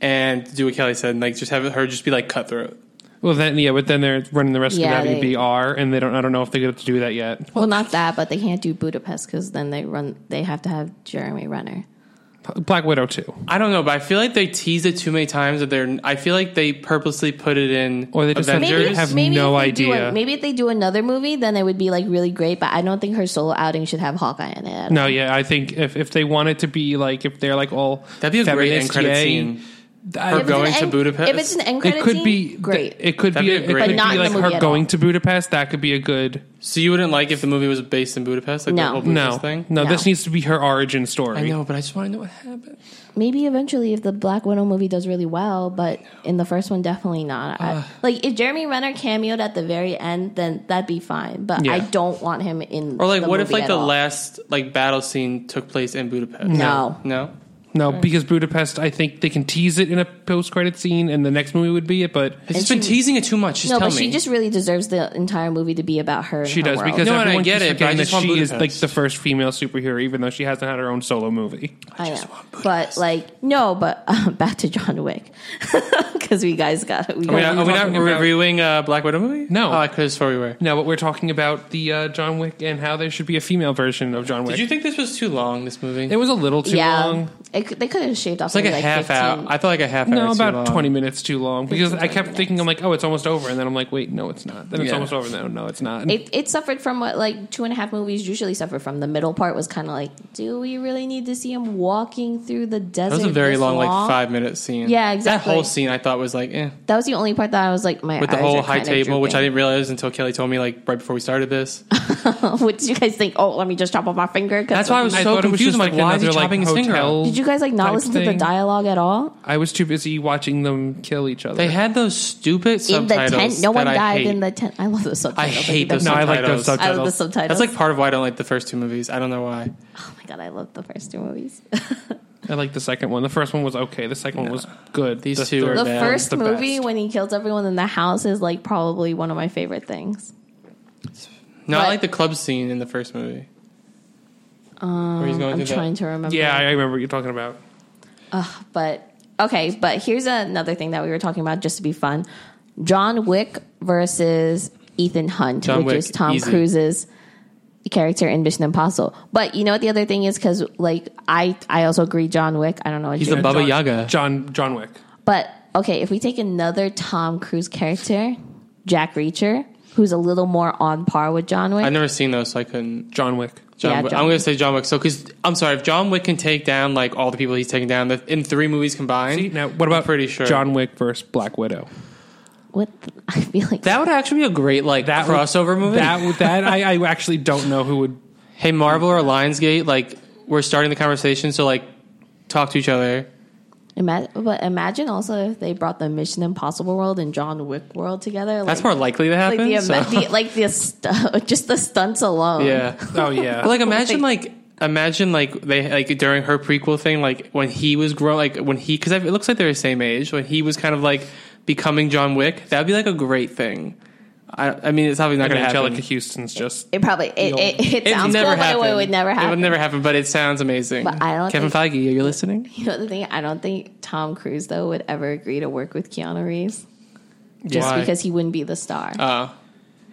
and do what Kelly said and like just have her just be like cutthroat.
Well, then yeah, but then they're running the risk
Yeah,
of
they-
having BR, and they don't. I don't know if they get to do that yet.
Well, not that, but they can't do Budapest because then they run. They have to have Jeremy Renner.
Black Widow too,
I don't know, but I feel like they teased it too many times that they're. I feel like they purposely put it in
Or they just
Avengers.
Maybe- have no
if they do
idea.
a- maybe if they do another movie, then it would be like really great. But I don't think her solo outing should have Hawkeye in it.
No, yeah, I think if if they want it to be like if they're like all
That'd be a great
feminist,
end credit
yay,
scene.
I-
Her
If it's an
going to
end-
Budapest?
If it's an end
it
credit
could
scene,
be
great.
It could
That'd
be,
be a
it
great
could
But
not
be
in the
like
movie
her
at
going
all.
to Budapest. That could be a good.
So you wouldn't like if the movie was based in Budapest, like the
No.
whole
No,
Budapest thing.
no,
No.
this needs to be her origin story.
I know, but I just want to know what happened.
maybe eventually, if the Black Widow movie does really well, but in the first one, definitely not. I- like if Jeremy Renner cameoed at the very end, then that'd be fine. But I
Yeah.
don't want him in.
Or like,
the
what if
movie
like
at
the
all.
last like battle scene took place in Budapest?
No.
no.
No,
Mm.
because Budapest, I think they can tease it in a post-credit scene, and the next movie would be it. But
She's
And
been
she-
teasing it too much. Just
No,
tell
but
me.
she just really deserves the entire movie to be about her. and
she
her
does
world.
because
No, and I
everyone
get
keeps
it, but I
forgetting that
just want
she is like
Budapest.
the first female superhero, even though she hasn't had her own solo movie.
I, know. But like no, but um, *laughs* back to John Wick because we guys got we
Are we
got-
not, are we not
Talking about-
reviewing uh, Black Widow movie?
No.
Oh, I could have swore we were.
No, but we're talking about the uh, John Wick and how there should be a female version of John Wick.
Did you think this was too long? This movie.
it was a little too
yeah,
long.
It, could- they could have shaved off
It's like
something
a
like,
half
15.
hour. I feel like a half hour.
No,
is too
about
long.
twenty minutes too long because I
15,
kept
20
thinking I'm like, oh, it's almost over, and then I'm like, wait, no, it's not. Then it's
Yeah.
almost over. No, no, it's not.
it, it suffered from what like two and a half movies usually suffer from. The middle part was kind of like, do we really need to see him walking through the desert?
That was a very
this
long, like five minute scene.
Yeah,
That whole
exactly.
scene I thought was like, eh.
That was the only part that I was like, my
With the
eyes
whole
are
high
kinda
table, which I
drooping.
didn't realize until Kelly told me like right before we
*laughs*
started this.
what did you guys think? Oh, let me just chop off my finger. 'cause
That's why I was so
thought it was
confused.
just,
I'm like, why is he
another,
chopping his finger
hotel
off?
Did you guys like not
type
listen to the
thing.
dialogue at all?
I was too busy watching them kill each other.
They had those stupid
In the
subtitles.
tent, no one
that I
died
hate.
in the tent. I love the
I
subtitles.
hate
think
those.
No,
they're
I
so
like
funny.
those
I love the
subtitles.
subtitles.
That's like part of why I don't like the first two movies. I don't know why.
Oh my god, I love the first two movies. *laughs*
I like the second one. The first one was okay. The second one was good.
These
The
two
third
the
are
one was
bad.
first
the
movie
best.
when he kills everyone in the house is like probably one of my favorite things.
No, I
But-
like the club scene in the first movie. Um, Where he's going
I'm
through
trying to remember.
Yeah, I I remember what you're talking about.
but okay, but here's another thing that we were talking about just to be fun. John Wick versus Ethan Hunt,
John
which
Wick,
is Tom
easy.
Cruise's character in Mission Impossible. But you know what the other thing is cuz like I I also agree John Wick, I don't know what
He's
you
a Baba
John,
Yaga.
John John Wick.
But okay, if we take another Tom Cruise character, Jack Reacher, who's a little more on par with John Wick.
I've never seen those, so I couldn't.
John Wick.
John
Yeah,
Wick.
John
I'm going to say John Wick. So, because I'm sorry, if John Wick can take down like all the people he's taking down the, in three movies combined,
See, now, what about
I'm pretty sure
John Wick versus Black Widow?
What *laughs* I feel like
That would actually be a great like
That would-
crossover movie.
That would- that I, I actually don't know who
*laughs*
would.
hey, Marvel or Lionsgate, like we're starting the conversation, so like talk to each other.
Ima- but imagine also if they brought the Mission Impossible world and John Wick world together. Like,
That's more likely to
like
happen.
the,
so-
ima- the like the st- *laughs* just the stunts alone.
*laughs* yeah.
Oh yeah.
But like imagine like imagine like they like during her prequel thing like when he was grown like when he because it looks like they're the same age when he was kind of like becoming John Wick that'd be like a great thing. I, I mean it's probably not
and
going to happen.
Angelica Houston's just
It probably it, it, it
It'd
sounds good, but it would never happen.
It would never happen, but it sounds amazing.
But I don't
Kevin
think-
Feige, are you listening?
*laughs* You know the thing? I don't think Tom Cruise though would ever agree to work with Keanu Reeves just
Why?
because he wouldn't be the star.
Uh,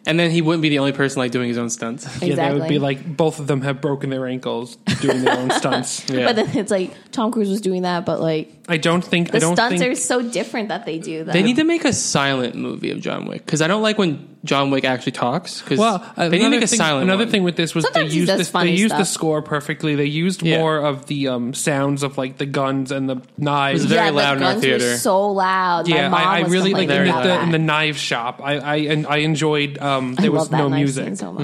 and then he wouldn't be the only person like doing his own stunts.
yeah. That would
Exactly.
be like both of them have broken their ankles doing their own stunts.
*laughs* Yeah.
*laughs* But then it's like Tom Cruise was doing that, but like
I don't think.
the
I don't
stunts
think.
are so different that they do that.
They need to make a silent movie of John Wick because I don't like when John Wick actually talks. Because
Well,
they need to
another
make a
thing,
silent.
Another
one.
thing with this was
Sometimes
they
he
used
does
this, they
funny
used the
stuff.
score perfectly. They used
Yeah.
more of the um, sounds of like the guns and the knives.
It was very
the
loud in our
guns
theater.
Were so loud. My
yeah,
mom
I, I
was
really like
complaining
in
about
the,
that.
in the knife shop. I, I and I enjoyed. Um,
I
there was
love that
no
knife
music,
scene
Mm-hmm.
so much.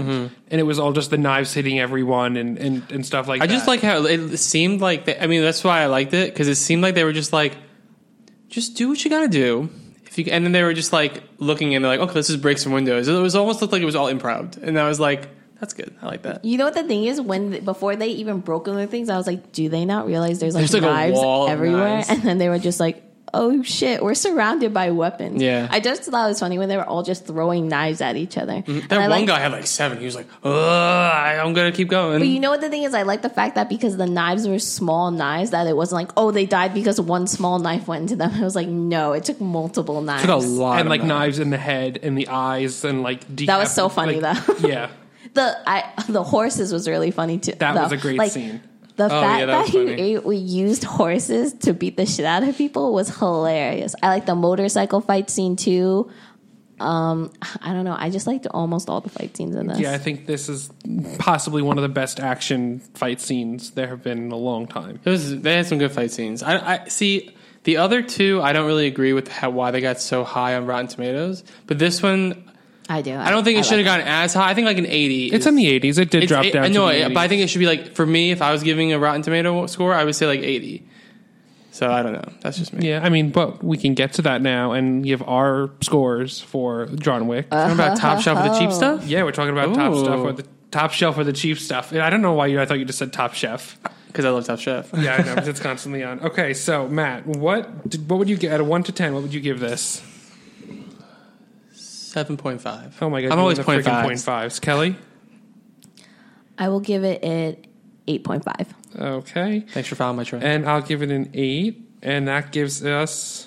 and it was all just the knives hitting everyone and and, and stuff like.
I
that.
just like how it seemed like. They, I mean, that's why I liked it because it seemed like they were just like, just do what you gotta do. If you and then they were just like looking and they're like, okay, let's just break some windows. It was almost looked like it was all improv, and I was like, that's good. I like that.
You know what the thing is? When before they even broke into things, I was like, do they not realize there's like
There's, like, a
knives
wall of
everywhere? *laughs*
knives.
And then they were just like, oh shit, we're surrounded by weapons.
Yeah.
I just thought it was funny when they were all just throwing knives at each other. And
Mm-hmm. That
I
one
like-
guy had like seven. He was like, ugh, I- I'm gonna keep going.
But you know what the thing is? I like the fact that because the knives were small knives, that it wasn't like, oh, they died because one small knife went into them. *laughs* I was like, no, it took multiple knives.
took a lot
and
of
like
knives.
knives in the head and the eyes and like decap-
That was so funny,
like,
though. *laughs*
*laughs* yeah,
The I *laughs* the horses was really funny too.
that
though.
was a great
Like,
scene.
The
yeah,
fact
that
Oh, that,
was
he
funny.
ate, we used horses to beat the shit out of people was hilarious. I like the motorcycle fight scene too. Um, I don't know. I just liked almost all the fight scenes in this.
Yeah, I think this is possibly one of the best action fight scenes there have been in a long time.
It was they had some good fight scenes. I, I see the other two. I don't really agree with how why they got so high on Rotten Tomatoes, but this one
I do.
I don't think it should have
like
gotten as high. I think like an eighty.
It's
is-
in the eighties. It did
it's-
drop
it-
down.
I
to
know,
the
it, but I
80s.
think it should be like for me. If I was giving a Rotten Tomato score, I would say like eighty. So I don't know. That's just me.
Yeah, I mean, but we can get to that now and give our scores for John Wick.
Talking about Top Shelf with the
*laughs*
cheap stuff.
yeah, we're talking about top
Ooh.
stuff or the top shelf or the cheap stuff. And I don't know why you. I thought you just said top
*laughs*
chef.
Because I love Top
*laughs*
Chef.
Yeah, I know 'cause it's constantly on. Okay, so Matt, what did, what would you get out of one to ten? What would you give this?
Seven point five.
Oh my god,
I'm
you
always
love the
point
freaking
five.
point fives, Kelly.
that. I will give it an eight point five.
Okay,
Thanks for following my trend.
and I'll give it an eight, and that gives us.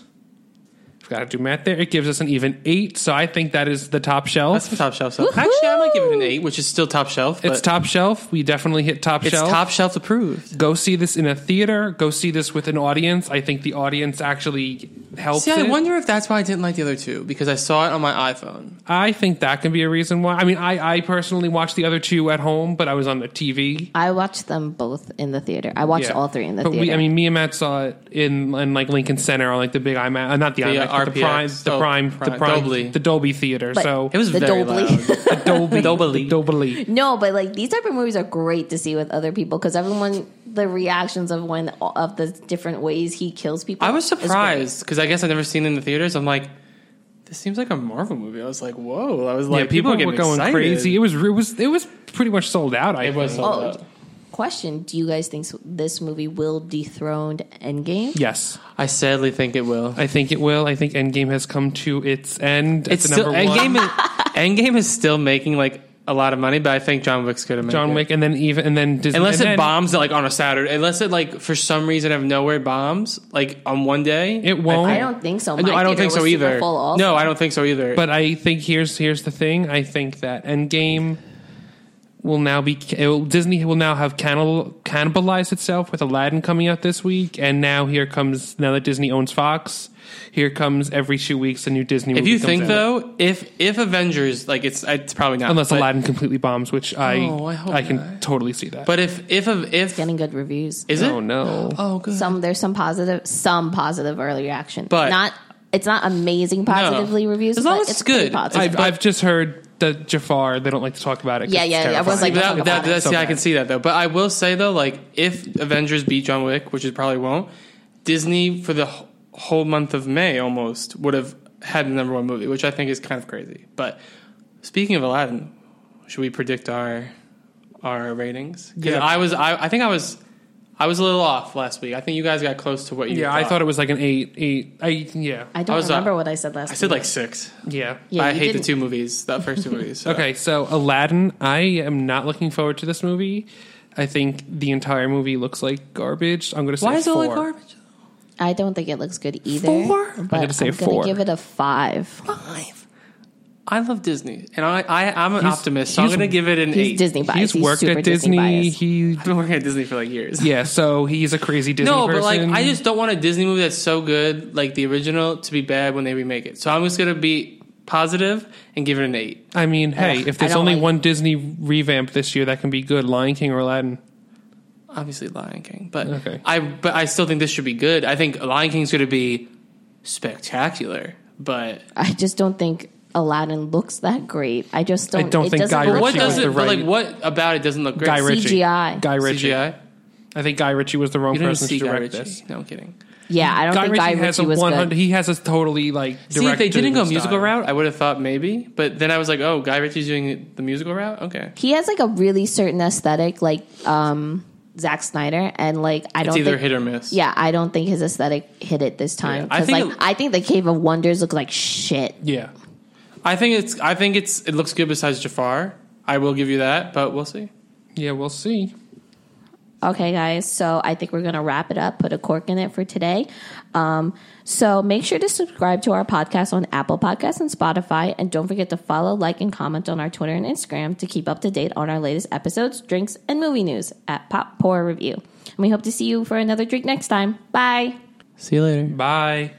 Got to do math there. It gives us an even eight, so I think that is the top shelf.
That's some Top Shelf stuff. Actually, I might give it an eight, which is still Top Shelf. But
it's top shelf. We definitely hit top
It's
shelf.
Top Shelf approved.
go see this in a theater. Go see this with an audience. I think the audience actually helps.
See, I
it.
wonder if that's why I didn't like the other two because I saw it on my iPhone.
I think that can be a reason why. I mean, I, I personally watched the other two at home, but I was on the TV.
I watched them both in the theater. I watched
Yeah.
all three in the
but
theater.
We, I mean, me and Matt saw it in, in like Lincoln Center on like the big IMAX, uh, not the,
The,
IMAX,
uh,
but the prime,
RPX.
the
Oh,
prime, the
Prime.
prime,
Dolby.
the Dolby theater.
But-
so
It was
The *laughs*
very
Dolby.
loud.
the Dolby,
Dolby.
the Dolby.
No, but like these type of movies are great to see with other people because everyone the reactions of when of the different ways he kills people.
I was
is great.
surprised because I guess I've never seen it in the theaters. I'm like, this seems like a Marvel movie. I was like, whoa. I was like,
yeah, people,
are getting
were going
excited.
crazy. It was, it was, it was pretty much sold out. I
It was
think.
sold
Oh.
out.
Question: Do you guys think this movie will dethrone Endgame?
Yes,
I sadly think it will.
I think it will. I think Endgame has come to its end.
It's
the
still
number one.
Endgame. Is, *laughs* Endgame is still making like a lot of money, but I think John Wick's going to make
John
it.
Wick, and then even and then Disney.
Unless
and
it
then
bombs like on a Saturday, unless it like for some reason out of nowhere bombs like on one day,
It won't.
I don't think so.
no,
My
I don't think
theater
so
was super
either.
full also.
No, I don't think so either.
But I think here's here's the thing. I think that Endgame will now be it will, Disney will now have cannibal, cannibalized itself with Aladdin coming out this week, and now here comes now that Disney owns Fox, here comes every two weeks a new Disney.
If
movie
you
comes
think
out.
though, if if Avengers like it's it's probably not
unless
but,
Aladdin completely bombs, which I
Oh, I
I,
hope
can
not.
totally see that.
But if if if
getting good reviews.
is it?
oh no,
Oh good.
some there's some positive, some positive early reaction,
But-
not it's not amazing positively reviews.
As long
but
as it's
pretty
good.
positive.
I've, I've just heard that Jafar they don't like to talk about it. 'cause
Yeah,
it's
yeah, yeah, I
terrifying.
was like,
But
Talk
that,
about
that,
it.
that's, yeah, I can see that though. But I will say though, like if Avengers beat John Wick, which it probably won't, Disney for the wh- whole month of May almost would have had the number one movie, which I think is kind of crazy. But speaking of Aladdin, should we predict our our ratings? 'Cause
Yeah.
I was I, I think I was I was a little off last week. I think you guys got close to what you.
Yeah, I thought it was like an eight, eight. I yeah,
I don't
I was, uh,
remember what I said last.
I said
week.
like six.
yeah.
Yeah,
I
you
hate
didn't-
the two movies, the first two movies. so.
*laughs* Okay, so Aladdin, I am not looking forward to this movie. I think the entire movie looks like garbage. I'm going to say
Why is it
four.
all garbage?
I don't think it looks good either.
Four? I'm
But
gonna say
I'm gonna
four.
Give it a five.
Five. I love Disney, and I, I I'm an
He's-
optimist, so I'm
he's-
going to give it an
He's
eight.
Disney biased.
He's worked
super
at Disney.
biased.
He
*laughs* I've been working at Disney for like years.
yeah, so he's a crazy Disney.
*laughs* No, but like
person.
I just don't want a Disney movie that's so good, like the original, to be bad when they remake it. So I'm just gonna be positive and give it an eight.
I mean, hey,
Ugh,
if
I
there's
don't
only
like-
one Disney revamp this year that can be good, Lion King or Aladdin.
Obviously, Lion King, but
Okay.
I but I still think this should be good. I think Lion King's gonna be spectacular, but
I just don't think Aladdin looks that great. I just don't.
don't
it
think
doesn't
Guy
look
Ritchie
what
was
does
the
it? But
right-
like, what about it doesn't look great?
Guy Ritchie.
CGI.
Guy Ritchie.
CGI.
I think Guy Ritchie was the wrong
You didn't
person
see
to
Guy
direct
Ritchie.
this.
No, I'm kidding.
Yeah, I don't
Guy
think
Ritchie
Guy
has
Ritchie
a
was
100.
good.
He has a totally like.
See, if they didn't go
direct-to-style.
musical route, I would have thought maybe. But then I was like, oh, Guy Ritchie's doing the musical route. Okay,
He has like a really certain aesthetic, like um Zack Snyder, and like I
it's
don't
either
think,
hit or miss.
Yeah, I don't think his aesthetic hit it this time.
Yeah, I
'Cause,
think
like
it-
I think the Cave of Wonders look like shit.
Yeah,
I think it's. I think it's. It looks good besides Jafar. I will give you that, but we'll see.
yeah, we'll see.
Okay, guys. So I think we're going to wrap it up, put a cork in it for today. Um, so make sure to subscribe to our podcast on Apple Podcasts and Spotify. And don't forget to follow, like, and comment on our Twitter and Instagram to keep up to date on our latest episodes, drinks, and movie news at Pop Pour Review. And we hope to see you for another drink next time. Bye.
See you later.
Bye.